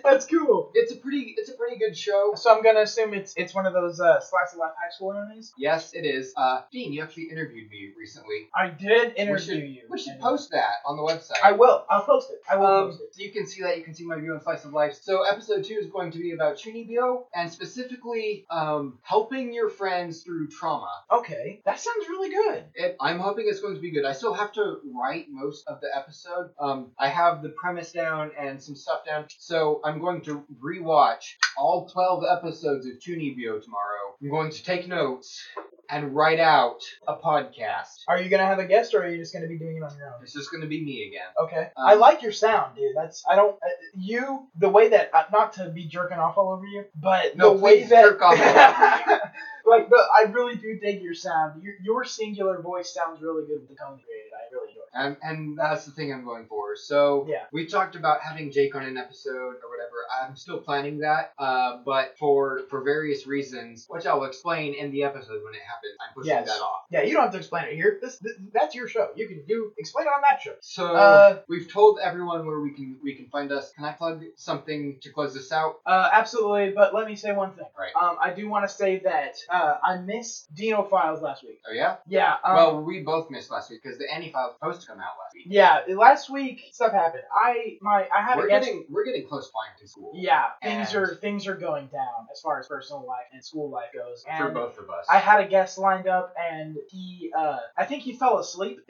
A: That's cool.
E: it's a pretty, it's a pretty good show.
A: So I'm gonna assume it's it's one of those uh, slice of life high school enemies.
E: Yes, it is. Uh, Dean, you actually interviewed me recently.
A: I did
E: We
A: interview
E: should,
A: you.
E: We should
A: and-
E: post that on the website.
A: I will. I'll post it. I will
E: Um,
A: post it.
E: so you can see that you can see my view on slice of life. So episode two is going to be about Chunibyo and specifically um, helping your friends through trauma.
A: Okay, that sounds really good.
E: It, I'm hoping it's going to be good. I still have to write most of the episode. Um, I have the premise down and some stuff down, so I'm going to rewatch all 12 episodes of Chunibyo tomorrow. I'm going to take notes and write out a podcast.
A: Are you gonna have a guest, or are you just gonna be doing it on your own?
E: It's just going to be me again.
A: Okay.
E: Um,
A: I like your sound, dude. That's I don't uh, you the way that uh, not to be jerking off all over you, but
E: No,
A: the way
E: please
A: that
E: jerk off all
A: *laughs* like the, I really do dig your sound. Your, your singular voice sounds really good with the tone created. I really enjoy. it.
E: And, and that's the thing I'm going for. So
A: Yeah.
E: we talked about having Jake on an episode or whatever. I'm still planning that, uh, but for for various reasons, which I'll explain in the episode when it happens. I'm pushing
A: Yes.
E: that off.
A: Yeah, you don't have to explain it here. This, this that's your show. You can do explain it on that show.
E: So
A: Uh,
E: we've told everyone where we can we can find us. Can I plug something to close this out?
A: Uh, absolutely, but let me say one thing.
E: Right.
A: Um, I do want to say that uh, I missed Dino Files last week.
E: Oh yeah.
A: Yeah. Um,
E: well, we both missed last week because the Annie file was supposed to come out last week.
A: yeah. Last week stuff happened. I my I had
E: We're
A: a guest.
E: getting we're getting close flying to school.
A: yeah, things
E: And-
A: are things are going down as far as personal life and school life goes.
E: For
A: And
E: both of us.
A: I had a guest lined up, and he, uh, I think he fell
E: *laughs*
A: asleep, *laughs*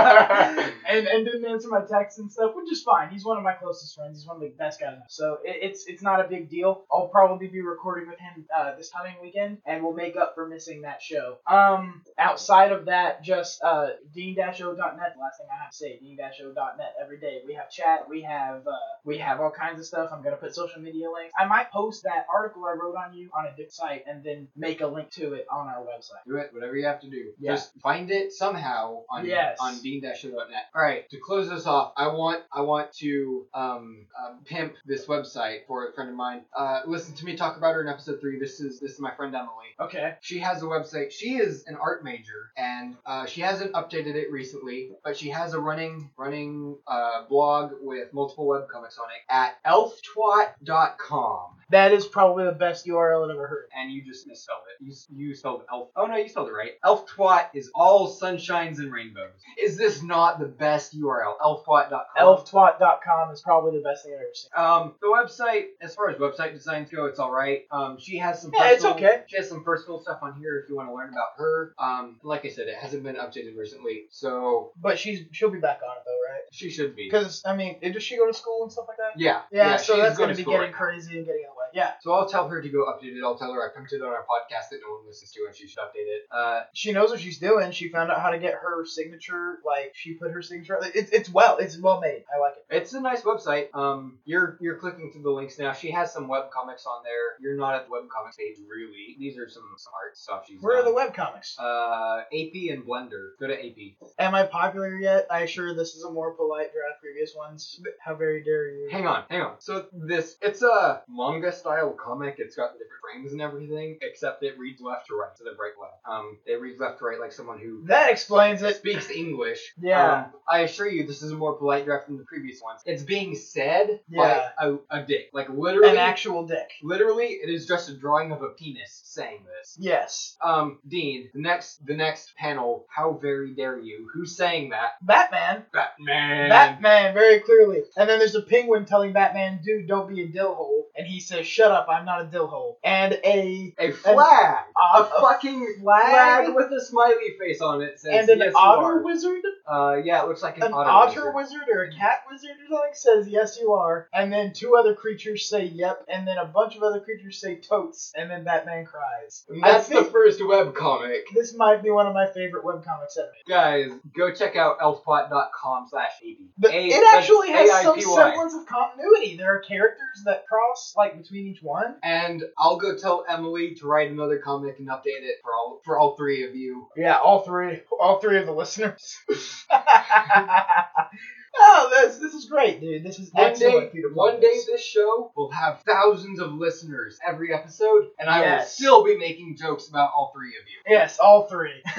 A: and and didn't answer my texts and stuff, which is fine. He's one of my closest friends. He's one of the best guys, I know. so it, it's it's not a big deal. I'll probably be recording with him uh, this coming weekend, and we'll make up for missing that show. Um, outside of that, just uh, dean-o.net. The last thing I have to say, dean-o.net. Every day we have chat, we have uh, we have all kinds of stuff. I'm gonna put social media links. I might post that article I wrote on you on a different site, and then make a link to it on our website.
E: Do it, whatever you have to do.
A: Yeah.
E: Just find it somehow on
A: Yes.
E: on dean-show.net. All right, to close this off, I want I want to um, uh, pimp this website for a friend of mine. Uh, listen to me talk about her in episode three. This is this is my friend Emily.
A: Okay.
E: She has a website. She is an art major, and uh, she hasn't updated it recently. But she has a running running uh, blog with multiple webcomics on it at elftwat.com.
A: That is probably the best URL I've ever heard.
E: and you just misspelled it. You, you spelled elf. Oh no, you spelled it right. Elf twat is all sunshines and rainbows. Is this not the best URL? Elftwat.com.
A: Elftwat.com is probably the best thing I've ever seen.
E: Um, the website, as far as website designs go, it's all right. Um, she has some.
A: Yeah, it's
E: personal-
A: okay.
E: She has some personal stuff on here if you want to learn about her. Um, like I said, it hasn't been updated recently, so
A: But she's she'll be back on it though, right?
E: she should be.
A: Because I mean, does she go to school and stuff like that?
E: Yeah,
A: Yeah, so
E: she's
A: that's
E: going
A: gonna be
E: school
A: getting
E: right now.
A: crazy and getting away. Yeah,
E: So I'll tell her to go update it. I'll tell her I pimped it on our podcast that no one listens to, and she should update it. Uh,
A: she knows what she's doing. She found out how to get her signature. Like she put her signature. Like, it's it's well, it's well made. I like it.
E: It's a nice website. Um, you're you're clicking through the links now. She has some web comics on there. You're not at the web comics page really. These are some, some art stuff she's.
A: Where are the
E: done.
A: webcomics?
E: Uh, AP and Blender. Go to AP.
A: Am I popular yet? I assure this is a more polite draft previous ones. How very dare you?
E: Hang on, hang on. So this it's a manga style comic. It's got the different frames and everything, except it reads left to right instead of right to left. Um, it reads left to right like someone who
A: That explains
E: that
A: it.
E: speaks English.
A: Yeah.
E: Um, I assure you, this is a more polite draft than the previous ones. It's being said
A: Yeah.
E: by a, a dick, like literally.
A: An actual dick.
E: Literally, it is just a drawing of a penis saying this.
A: Yes.
E: Um, Dean, the next the next panel, how very dare you? Who's saying that?
A: Batman.
E: Batman.
A: Batman, very clearly. And then there's a penguin telling Batman, dude, don't be a dillhole. And he says, shut up, I'm not a dillhole. And a,
E: A flag.
A: uh,
E: a fucking flag,
A: flag?
E: with a smiley face on it says
A: and an
E: yes, you
A: otter
E: are."
A: wizard?
E: Uh, yeah, it looks like an,
A: An
E: otter.
A: otter
E: wizard.
A: wizard or a cat wizard or something says, yes, you are. And then two other creatures say, yep. And then a bunch of other creatures say, totes. And then Batman cries.
E: And
A: I
E: That's
A: think
E: the first webcomic.
A: this might be one of my favorite webcomics ever.
E: Guys, go check out elfpot.com slash
A: The- it actually has some semblance of continuity. There are characters that cross like between each one.
E: And I'll go tell Emily to write another comic and update it for all for all three of you.
A: Yeah, all three, all three of the listeners. *laughs* oh, this this is great, dude. This is
E: One
A: excellent,
E: day,
A: Peter
E: one day
A: Parker's.
E: this show will have thousands of listeners every episode, and I
A: Yes.
E: will still be making jokes about all three of you.
A: Yes, all three. *laughs*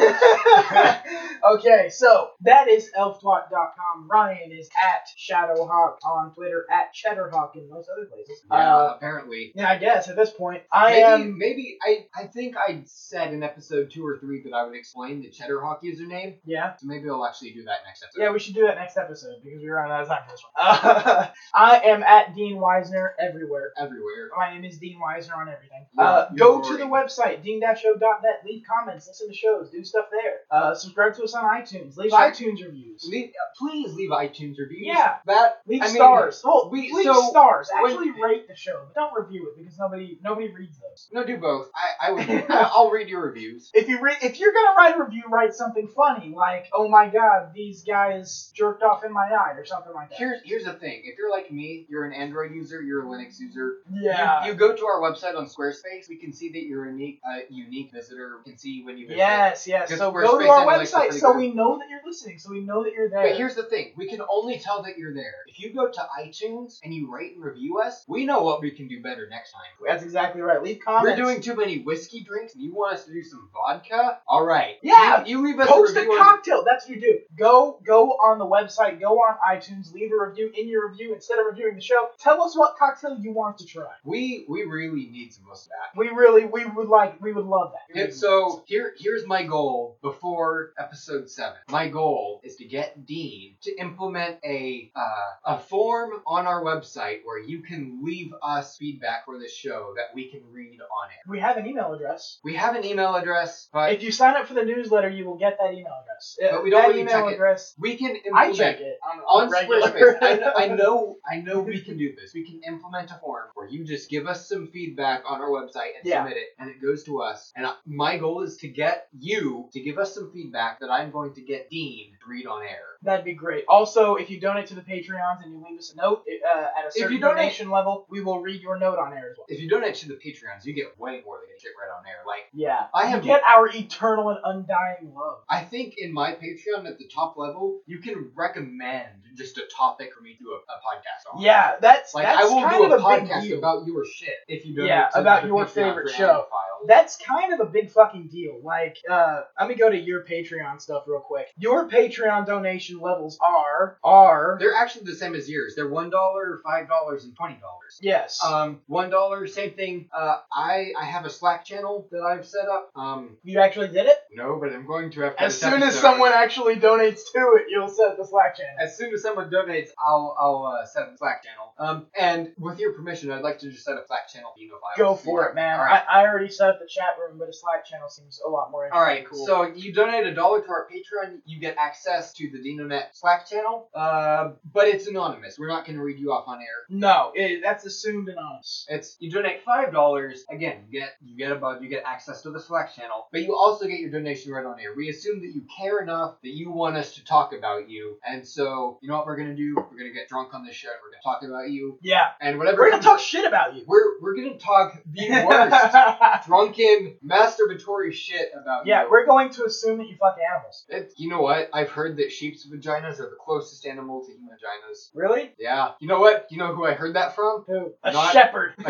A: okay, so that is elftwat.com. Ryan is at Shadowhawk on Twitter, at Cheddarhawk in most other places.
E: Yeah,
A: Uh,
E: apparently.
A: yeah, I guess at this point, I
E: maybe,
A: am.
E: maybe I, I think I said in episode two or three that I would explain the Cheddar Hawk username,
A: Yeah.
E: so maybe I'll actually do that next episode.
A: Yeah, we should do that next episode because we were running out of time for this one. *laughs* I am at Dean Weisner everywhere.
E: everywhere.
A: My name is Dean Weisner on everything.
E: Yeah,
A: Uh,
E: you're
A: go to
E: boring.
A: the website, dean-show.net, leave comments, listen to shows, do stuff there. Uh, subscribe to us on iTunes, leave
E: Like-
A: iTunes reviews, leave,
E: Leave, uh, please leave iTunes reviews.
A: Yeah.
E: That I mean,
A: stars. oh,
E: we-
A: leave
E: so
A: stars.
E: when-
A: Actually rate the show, but don't review it because nobody nobody reads those.
E: no, do both. I, *laughs* I would. I'll read your reviews.
A: If you re- if you're gonna write a review, write something funny like, "Oh my God, these guys jerked off in my eye" or something like that.
E: Here's here's the thing. If you're like me, you're an Android user, you're a Linux user.
A: yeah.
E: You, you go to our website on Squarespace. We can see that you're a unique, uh, unique visitor. We can see when you visit.
A: Yes, yes.
E: Because
A: So
E: we're
A: go to
E: space
A: our
E: analytics
A: website
E: are
A: so
E: pretty
A: we know that you're listening, so we know that you're there.
E: But here's the thing: we can only tell that you're there if you go to iTunes and you rate and review us. We know what we can do better next time.
A: That's exactly right. Leave comments.
E: We're doing too many whiskey drinks, and you want us to do some vodka? All right.
A: Yeah,
E: You, you leave us
A: post
E: a
A: a
E: review. on-
A: cocktail. That's what you do. Go go on the website, go on iTunes, leave a review in your review instead of reviewing the show. Tell us what cocktail you want to try.
E: we we really need some of that.
A: We really we would like we would love that.
E: Yep, so here here's my goal before episode seven. My goal is to get Dean to implement a uh, a form on our website where you can leave us feedback for the show that we can read on air.
A: we have an email address.
E: We have an email address, but
A: If you sign up for the newsletter, you will get that email address.
E: But we don't
A: that
E: really
A: email
E: check it.
A: address.
E: we can
A: I
E: implement
A: check it on,
E: on
A: regular.
E: Squarespace. I know,
A: *laughs*
E: I know I know we can do this. We can implement a form where you just give us some feedback on our website and
A: Yeah.
E: submit it, and it goes to us. And I, my goal is to get you to give us some feedback that I'm going to get Dean to read on air.
A: That'd be great. Also, if you donate to the Patreons and you leave us a note uh, at a
E: you
A: certain
E: donate-
A: donation level, we will read your note on air as well.
E: If you donate to the Patreons, you get way more than shit right on air. Like
A: Yeah.
E: I
A: You
E: have,
A: get our eternal and undying love.
E: I think in my Patreon at the top level, you can recommend just a topic for me to do a, a podcast on.
A: Yeah, that's
E: like
A: that's
E: I will
A: kind
E: do a
A: of a big
E: podcast
A: deal.
E: about your shit if you donate
A: Yeah,
E: to
A: about
E: the
A: your
E: Patreon
A: favorite
E: for
A: show.
E: Animal Files.
A: that's kind of a big fucking deal. Like, uh, let me go to your Patreon stuff real quick. Your Patreon donation levels are are
E: They're actually the same as yours. They're one dollar, five dollars, and twenty dollars.
A: yes. uh,
E: Um, one dollar, same thing. Uh, I I have a Slack channel that I've set up. Um,
A: you actually did it.
E: no, but I'm going to after
A: As
E: this
A: soon as
E: episode.
A: someone actually donates to it, you'll set the Slack channel.
E: As soon as someone donates, I'll I'll uh, set up a Slack channel. Um, and with your permission, I'd like to just set up Slack channel. You know, files.
A: Go for it, man.
E: All right.
A: I, I already set up the chat room, but a Slack channel seems a lot more.
E: all right,
A: interesting. cool.
E: so you donate a dollar to our Patreon, you get access to the DinoNet Slack channel, uh, but it's anonymous. We're not going to read you off on air.
A: no, it, that's assumed and honest.
E: It's you donate five dollars again. You get you get a bug. You get access to the Slack channel, but you also get your donation right on air. We assume that you care enough that you want us to talk about you, and so you know what we're gonna do? We're gonna get drunk on this show. and We're gonna talk about you,
A: Yeah,
E: and whatever
A: we're gonna talk shit about you. *laughs*
E: *laughs* We're we're gonna talk the worst honking masturbatory shit about
A: Yeah,
E: you.
A: we're going to assume that you fuck animals.
E: It, you know what? I've heard that sheep's vaginas are the closest animal to human vaginas.
A: Really?
E: Yeah. You know what? You know who I heard
A: *laughs*
E: that from?
A: Who? A
E: Not-
A: shepherd. *laughs*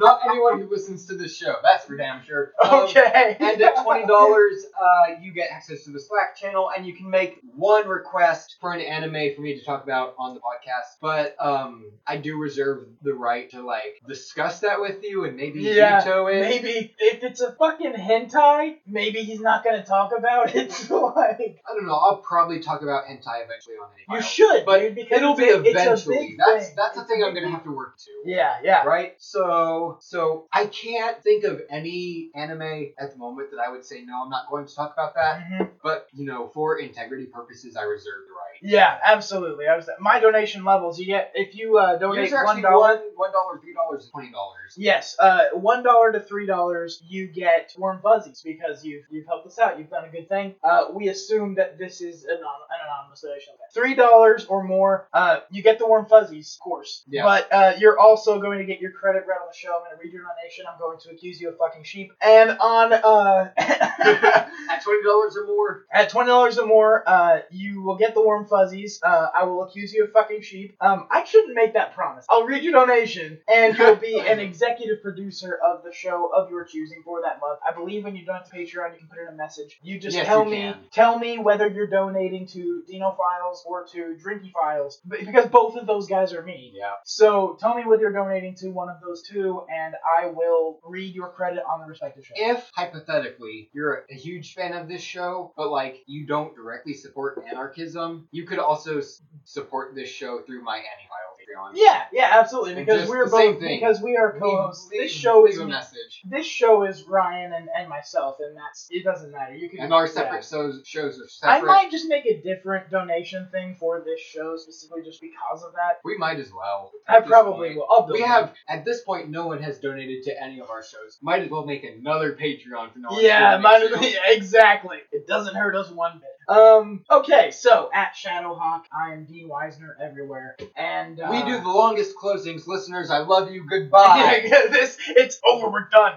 E: Not anyone who listens to this show. That's for damn sure. Um,
A: okay.
E: And at
A: *laughs*
E: twenty dollars, uh, you get access to the Slack channel, and you can make one request for an anime for me to talk about on the podcast. But um, I do reserve the right to like discuss that with you and maybe
A: Yeah,
E: veto it.
A: Maybe if it's a fucking hentai, maybe he's not gonna talk about it. *laughs* like
E: I don't know. I'll probably talk about hentai eventually on any.
A: you
E: file.
A: should,
E: but
A: dude, because
E: It'll be
A: it's a- it's a
E: eventually.
A: big
E: that's that's a
A: It's
E: thing I'm
A: big
E: gonna have to work to.
A: Yeah, yeah.
E: Right? So so I can't think of any anime at the moment that I would say no, I'm not going to talk about that.
A: Mhm.
E: But you know, for integrity purposes I reserve the right.
A: Yeah, absolutely. I was my donation levels. You get if you uh, donate
E: Yours are
A: one
E: actually
A: dollar.
E: one one dollar, three dollars, twenty dollars.
A: Yes, uh, one dollar to three dollars, you get warm fuzzies because you've you've helped us out. You've done a good thing. Uh, we assume that this is an, anon- an anonymous donation. Three dollars or more, uh, you get the warm fuzzies, of course.
E: Yeah.
A: But uh, you're also going to get your credit read on the show. I'm going to read your donation. I'm going to accuse you of fucking sheep. And on uh, *laughs*
E: *laughs* At twenty dollars or more.
A: At twenty dollars or more, uh, you will get the warm fuzzies. Uh, I will accuse you of fucking sheep. Um, I shouldn't make that promise. I'll read your donation, and you'll
E: *laughs*
A: be an executive producer of the show of your choosing for that month. I believe when you donate to Patreon, you can put in a message. You just
E: Yes,
A: tell
E: you
A: me,
E: can.
A: tell me whether you're donating to Dino Files or to Drinky Files, b- because both of those guys are me.
E: Yeah.
A: So tell me whether you're donating to one of those two, and I will read your credit on the respective show.
E: If hypothetically you're a huge fan of this show, but like you don't directly support anarchism, you could also s- support this show through my anti-file Patreon.
A: Yeah, yeah, absolutely.
E: And
A: Because
E: just
A: we're
E: the same
A: both
E: thing.
A: because we are
E: Leave-
A: co-hosts.
E: leave-
A: This show
E: leave
A: is
E: a
A: me-
E: message.
A: this show is Ryan and, and myself, and that's it. Doesn't matter. You can
E: And our
A: yeah.
E: separate shows, shows are
A: I
E: separate.
A: might just make a different donation thing for this show specifically, just because of that.
E: We might as well.
A: I
E: at this
A: probably
E: point.
A: will. I'll do
E: We
A: it.
E: have at this point no one has donated to any of our shows. Might as well make another Patreon for no one.
A: Yeah,
E: to donate
A: might as- *laughs*
E: to.
A: yeah, exactly. It doesn't hurt us one bit. Um. Okay. So at Shadowhawk, I am D Weisner everywhere, and uh,
E: We do the longest closings, listeners. I love you. Goodbye.
A: *laughs* yeah, this. It's over. We're done.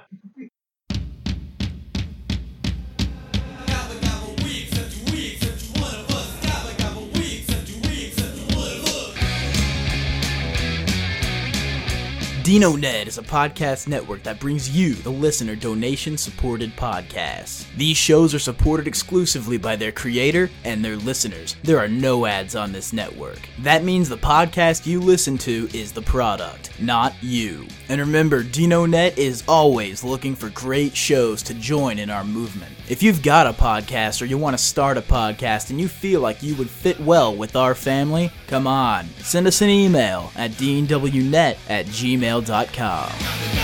G: Dino Ned is a podcast network that brings you, the listener, donation supported podcasts. These shows are supported exclusively by their creator and their listeners. There are no ads on this network. That means the podcast you listen to is the product, not you. And remember, Dino Net is always looking for great shows to join in our movement. If you've got a podcast or you want to start a podcast and you feel like you would fit well with our family, come on, send us an email at dnwnet at gmail.com.
H: Gotta